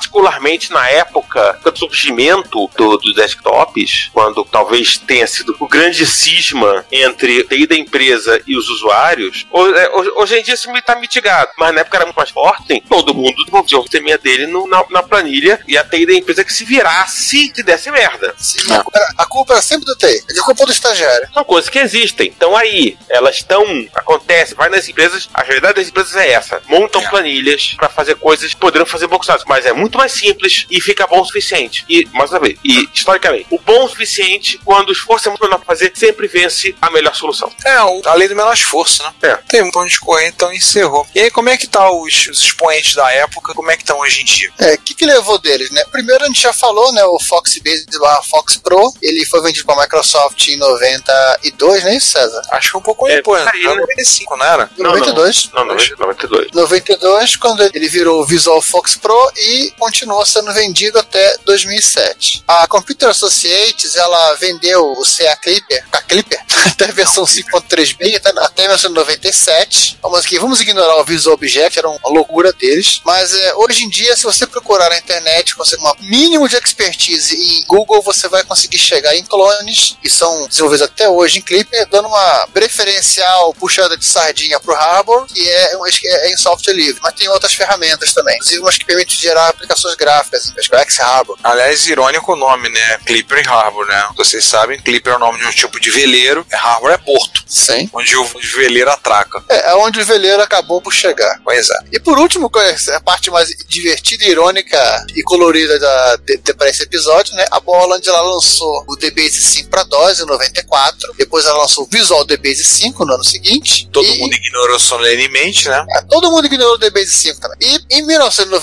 particularmente na época do surgimento do- dos desktops, quando talvez tenha sido o grande cisma entre a TI da empresa e os usuários, ho- é, hoje, hoje em dia isso está mitigado, mas na época era muito mais forte, todo mundo devolvia o sisteminha dele no- na, na planilha e a TI da empresa que se virasse se desse merda.
Sim, a, culpa, a culpa é sempre do TI, é de culpa do estagiário.
São coisas que existem. Então aí, elas estão. Acontece, vai nas empresas. A realidade das empresas é essa: montam
É.
planilhas pra fazer coisas que poderiam fazer banco de dados. Mas é muito mais simples e fica bom o suficiente. E, mais uma vez, e historicamente, o bom o suficiente, quando o esforço é muito menor pra fazer, sempre vence a melhor solução.
É, o- a lei do menor esforço, né?
É.
Tem um ponto de correr, então encerrou. E aí, como é que tá os, os expoentes da época? Como é que estão hoje em dia?
É, o que, que levou deles, né? Primeiro a gente já falou, né? O Fox Base barra Fox Pro, ele foi vendido pra Microsoft em 92, né, César?
Acho que um pouco
É,
depois, né?
tá aí, né?
95, não era?
Não, não.
92.
Não, não, 92.
92, quando ele virou o Visual Fox Pro e continuou sendo vendido até 2007. A Computer Associates, ela vendeu o CA Clipper, com a Clipper, até a versão 5.36, até, tá? até 1997. Vamos aqui, vamos ignorar o Visual Object, era uma loucura deles. Mas é, hoje em dia, se você procurar na internet, conseguir um mínimo de expertise em Google, você vai conseguir chegar em clones, que são desenvolvidos até hoje em Clipper, dando uma preferencial puxada de sardinha pro Harbor, que é, um- é em software livre. Mas tem outras ferramentas também, inclusive umas que permitem gerar aplicações gráficas, acho que é o X-Harbor.
Aliás, irônico o nome, né? Clipper e Harbor, né? Vocês sabem, Clipper é o nome de um tipo de veleiro, e Harbor é porto,
Sim.
onde o veleiro atraca.
É, é onde o veleiro acabou por chegar.
Pois é.
E por último, qual é a parte mais divertida, irônica e colorida da, de, de- para esse episódio, né? A Borland ela lançou o The Base 5 para DOS em 94, depois ela lançou o Visual The Base 5 no ano seguinte.
Todo
e-
mundo ignorou solenemente, né?
é, todo mundo ignorou o The Base 5 também. E em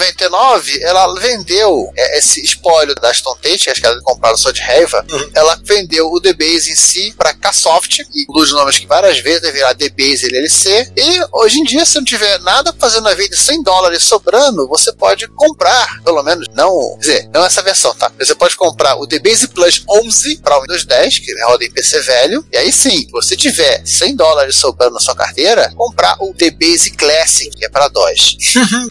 1999, ela vendeu é, esse espólio da Aston Tate, acho que ela compraram só de raiva. Ela vendeu o The Base em si para Ksoft, e um dos nomes que várias vezes deve virar The Base LLC. E hoje em dia, se não tiver nada fazendo na vida e 100 dólares sobrando, você pode comprar, pelo menos, não, quer dizer, não essa versão, tá? Você pode comprar o The Base Plus 11 para o Windows 10, que roda em PC velho. E aí sim, se você tiver 100 dólares sobrando na sua carteira, comprar o The Base Classic, que é para DOS.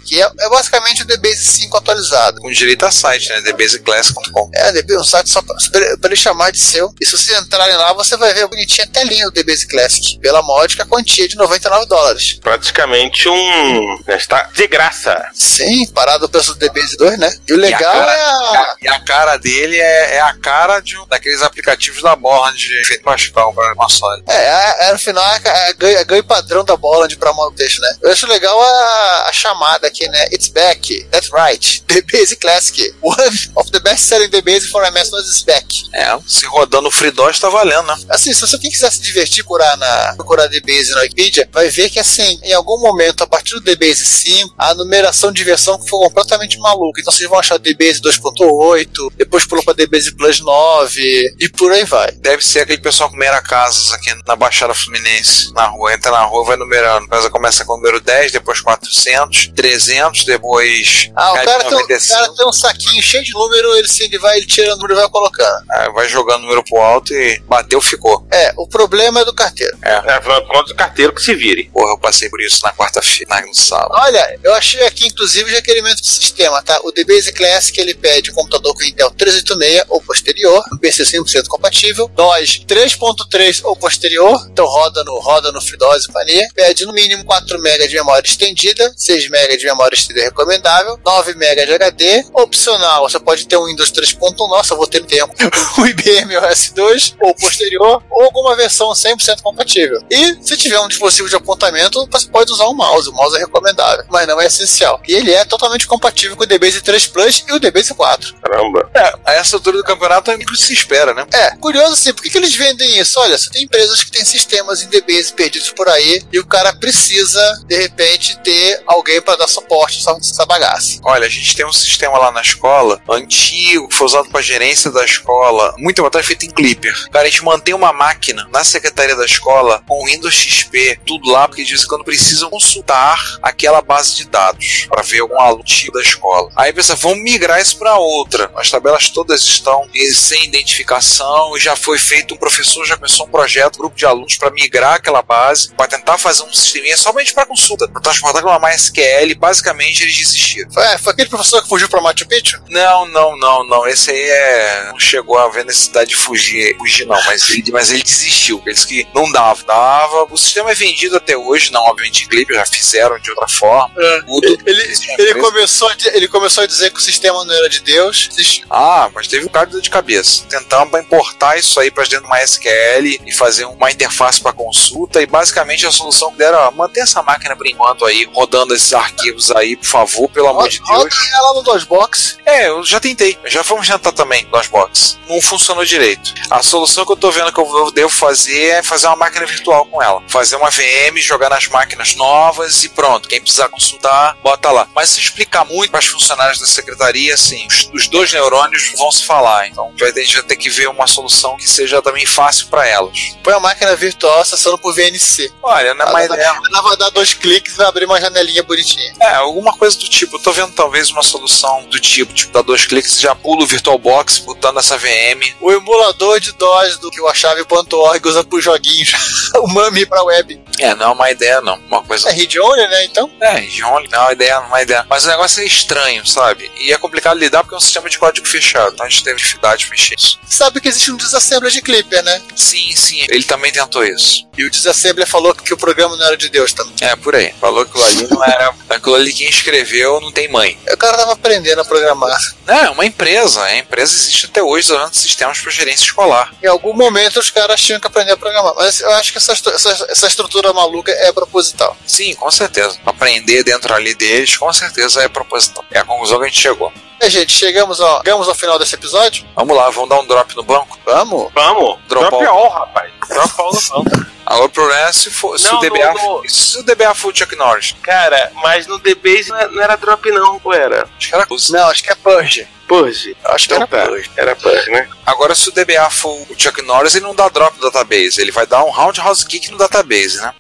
que é, é basicamente o The Base 5 atualizado.
Com direito a site, né? TheBasiclass.com.
É, DB, um site só pra, pra- pra ele chamar de seu. E se vocês entrarem lá, você vai ver a bonitinha telinha do The Base Classic. Pela módica quantia de 99 dólares.
Praticamente um. né, Está de graça.
Sim, parado o preço do The Base 2, né? E o legal
cara-
é a.
E a cara dele é, é a cara de um daqueles aplicativos da Borland feito Pascal para uma só.
É, a- a- no final é a- a ganho, a ganho padrão da bola de pra mal texto, né? Eu acho legal a, a chamada aqui, né? It's back, that's right. The Base Classic. One of the best selling The Base for MS2 is back.
É, se rodando o FreeDOS tá valendo, né?
Assim, se você quem quiser se divertir procurar na procurar The Base na Wikipedia, vai ver que assim, em algum momento, a partir do The Base 5, a numeração de versão foi completamente maluca. Então vocês vão achar The Base 2.8, depois pulou pra The Base Plus 9 e por aí vai.
Deve ser aquele pessoal que mera casas aqui na Baixada Fluminense, na rua. Entra na rua, vai numerando. Começa, começa com o número 10, depois 400, 300, depois
Ah, o
cai
cara,
pra
tem, um- o
95.
cara tem um saquinho cheio de número, ele, sim, ele vai ele tira o número e vai colocando.
Aí Ah, vai jogando o número pro alto e bateu, ficou.
É, o problema é do carteiro.
É, afinal de contas, o carteiro que se vire.
Porra, eu passei por isso na quarta-feira, na- no sábado.
Olha, eu achei aqui, inclusive, o requerimento de sistema, tá? O DBase Classic, ele pede um computador com Intel 386 ou posterior, um PC 100% compatível, DOS 3.3 ou posterior, então roda no, roda no FreeDOS e mania. Pede no mínimo 4 MB de memória estendida, 6 MB de memória estendida recomendável, 9 MB de HD, opcional, você pode ter um Windows 3.1, nossa, eu vou ter tempo. o IBM OS 2 ou posterior, ou alguma versão 100% compatível. E se tiver um dispositivo de apontamento, você pode usar o mouse. O mouse é recomendável, mas não é essencial. E ele é totalmente compatível com o DBase 3 Plus e o DBase 4.
Caramba.
É, A essa altura do campeonato, inclusive se espera, né?
É, curioso assim, por que, que eles vendem isso? Olha, você tem empresas que têm sistemas em DBase perdidos por aí e o cara precisa, de repente, ter alguém para dar suporte só essa bagaça.
Olha, a gente tem um sistema lá na escola, antigo, que foi usado pra gerência da escola, muito tempo atrás, feito em Clipper. Cara, a gente mantém uma máquina na secretaria da escola com Windows XP, tudo lá, porque de vez em quando precisam consultar aquela base de dados pra ver algum aluno antigo da escola. Aí pensa, vamos migrar isso pra outra. As tabelas todas estão eh, sem identificação e já foi feito, um professor já começou um projeto, um grupo de alunos pra migrar aquela base, pra tentar fazer um sisteminha somente pra consulta, pra transportar aquela MySQL, basicamente eles desistiram.
Foi, é, foi aquele professor que fugiu para Machu Picchu?
Não, não, não, não. Esse aí é. Não chegou a ver necessidade de fugir. Fugir não, mas ele, mas ele desistiu. Ele disse que não dava. Dava. O sistema é vendido até hoje, não, obviamente, em clipe, já fizeram de outra forma. Tudo.
É. Ele,
É,
ele, começou a, di- ele começou a dizer que o sistema não era de Deus, desistiu.
Ah, mas teve um cara de dor de cabeça. Tentando pra importar isso aí pra dentro de uma SQL e fazer uma interface pra consulta. E basicamente a solução que deram, ó, manter essa máquina por enquanto aí, rodando esses arquivos aí, por favor, pelo amor de Deus.
Roda ela é no DOSBox.
É, eu já tentei. Já fomos tentar também, nós box. Não funcionou direito. A solução que eu tô vendo que eu vou- devo fazer é fazer fazer uma máquina virtual com ela. Fazer uma VM, jogar nas máquinas novas e pronto. Quem precisar consultar, bota lá. Mas se explicar muito para os funcionários da secretaria, assim, os, os dois neurônios vão se falar. Então vai, a gente vai ter que ver uma solução que seja também fácil para elas.
Põe a máquina virtual acessando por VNC.
Olha, na
Ah,
mais
tá.
é,
Ela vai dar dois cliques e vai abrir uma janelinha bonitinha.
É, alguma coisa do tipo. Eu tô vendo talvez uma solução do tipo, tipo, dá dois cliques, já pula o VirtualBox botando essa VM.
O emulador de DOS do que o Achave.org usa pros joguinhos. o MAMI pra web.
É, não é uma ideia não. Uma
É
coisa...
read only, né? Então,
É, Johnny, não é uma ideia, não é uma ideia. Mas o negócio é estranho, sabe? E é complicado lidar porque é um sistema de código fechado. Então a gente teve dificuldade de mexer isso.
sabe que existe um desassembler de Clipper, né?
Sim, sim. Ele também tentou isso.
E o desassembler falou que o programa não era de Deus também.
É, por aí. Falou que aquilo ali não era. Aquilo ali quem escreveu não tem mãe.
O cara tava aprendendo a programar.
Não, é uma empresa. A empresa existe até hoje usando sistemas para gerência escolar.
Em algum momento os caras tinham que aprender a programar. Mas eu acho que essa, estru- essa- essa estrutura maluca é proposital.
Sim, com certeza. Aprender dentro ali deles, com certeza é proposital. É a conclusão que a gente chegou.
É, gente, chegamos ao, chegamos ao final desse episódio?
Vamos lá, vamos dar um drop no banco?
Vamos?
Vamos?
Drop
Drop all, rapaz. Drop all no banco.
Agora o problema é se, for, se
Não,
o DBA.
no- no-
Se o DBA for o Chuck Norris.
Cara, mas no The Base não era- não era drop, não. Ou era?
Acho que era
Não, acho que é Purge.
Purge.
Acho que
Então
era
tá.
Purge.
Era Purge, né?
Agora, se o DBA for o Chuck Norris, ele não dá drop no database. Ele vai dar um roundhouse kick no database, né?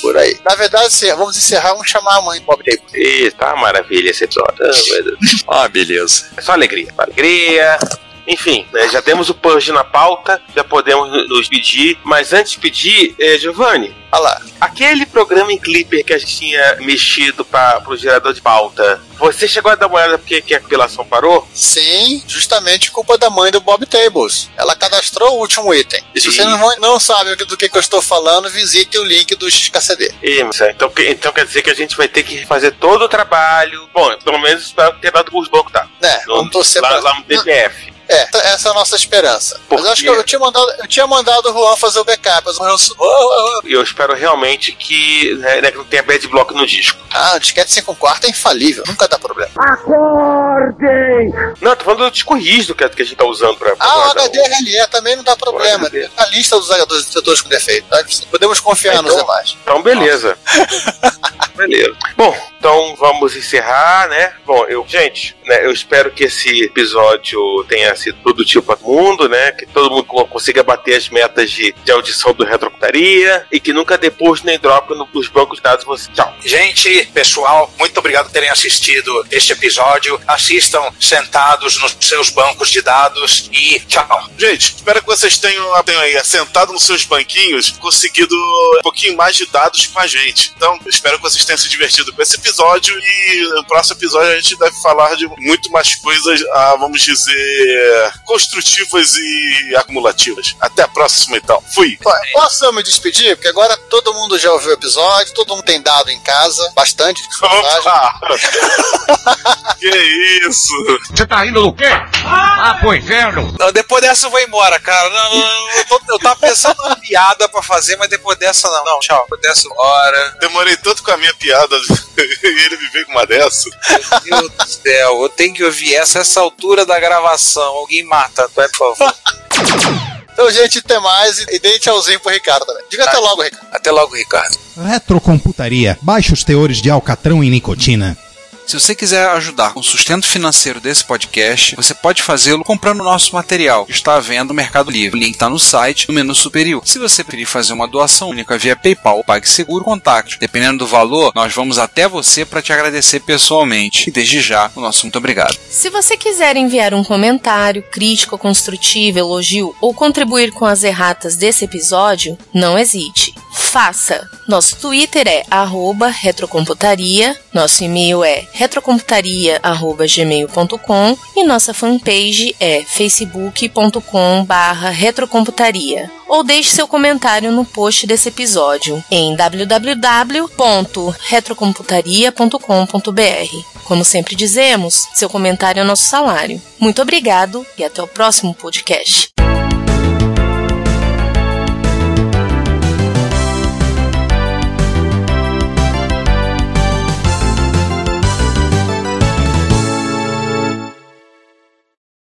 Por aí. Na verdade, sim, vamos encerrar, vamos chamar a mãe do Bob Table.
Ih, tá uma maravilha esse episódio. Ah, meu Deus.
Ah, beleza.
É só alegria. só Alegria. Enfim, né, já temos o Purge na pauta, já podemos no- nos pedir. Mas antes de pedir, eh, Giovanni,
Olha lá.
aquele programa em Clipper que a gente tinha mexido para pro gerador de pauta, você chegou a dar uma olhada porque que a apelação parou?
Sim, justamente culpa da mãe do Bob Tables. Ela cadastrou o último item. E se
Sim.
você não, vai- não sabe do que, que eu estou falando, visite o link do XKCD.
Ih, mas é, Então, que- então quer dizer que a gente vai ter que refazer todo o trabalho. Bom, pelo menos espero que tenha dado os bancos, tá?
Né? Vamos torcer
lá,
pra...
lá no DPF.
É, t- essa é a nossa esperança.
Por
Mas eu acho que
quê?
eu tinha mandado, eu tinha mandado o Juan fazer o backup. Mas o Juan su- oh, oh, oh.
E eu espero realmente que, né, né, que não tenha bad block no disco.
Ah, o disquete 5 quarto é infalível, nunca dá problema.
Não, tô falando do disco rígido que a que a gente tá usando pra. pra
Ah, o
guardar
HD RLE também não dá problema.
HD.
A lista dos dos setores com defeito. tá? Podemos confiar
Então-
nos demais.
Então, beleza. beleza. Bom, então vamos encerrar, né? Bom, eu, gente, né, eu espero que esse episódio tenha sido produtivo para todo mundo, né? Que todo mundo co- consiga bater as metas de, de audição do Retrocutaria e que nunca depois nem drop no, nos bancos de dados você. Tchau.
Gente, pessoal, muito obrigado por terem assistido este episódio. Assistam sentados nos seus bancos de dados e tchau.
Gente, espero que vocês tenham, tenham aí, sentado nos seus banquinhos, conseguido um pouquinho mais de dados com a gente. Então, espero que vocês tenham se divertido com esse episódio e no próximo episódio a gente deve falar de muito mais coisas, ah, vamos dizer, construtivas e acumulativas. Até a próxima, então. Fui!
Pô, Posso eu me despedir? Porque agora todo mundo já ouviu o episódio, todo mundo tem dado em casa, bastante. de passagem.
Opa! que isso!
Você tá indo do quê? Ah, pro inferno!
Não, depois dessa eu vou embora, cara. Não, não, não, eu, tô- eu tava pensando uma piada pra fazer, mas depois dessa não. Não, tchau. Depois dessa, hora.
Demorei tanto com a minha piada e ele me veio com uma dessa.
Meu Deus do céu, eu tenho que ouvir essa, essa altura da gravação. Alguém mata, tu é, por favor.
Então, gente, até mais e e dê tchauzinho pro Ricardo também. Diga até logo, Ricardo.
Até logo, Ricardo.
Retrocomputaria. Baixos teores de alcatrão e nicotina.
Se você quiser ajudar com o sustento financeiro desse podcast, você pode fazê-lo comprando o nosso material, que está à venda no Mercado Livre. O link está no site, no menu superior. Se você preferir fazer uma doação única via PayPal, PagSeguro, Contact, dependendo do valor, nós vamos até você para te agradecer pessoalmente. E desde já, o nosso muito obrigado.
Se você quiser enviar um comentário, crítica construtiva, elogio ou contribuir com as erratas desse episódio, não hesite. Faça! Nosso Twitter é arroba retrocomputaria, nosso e-mail é retrocomputaria.gmail.com e nossa fanpage é facebook.com retrocomputaria. Ou deixe seu comentário no post desse episódio em www.retrocomputaria.com.br. Como sempre dizemos, seu comentário é nosso salário. Muito obrigado e até o próximo podcast.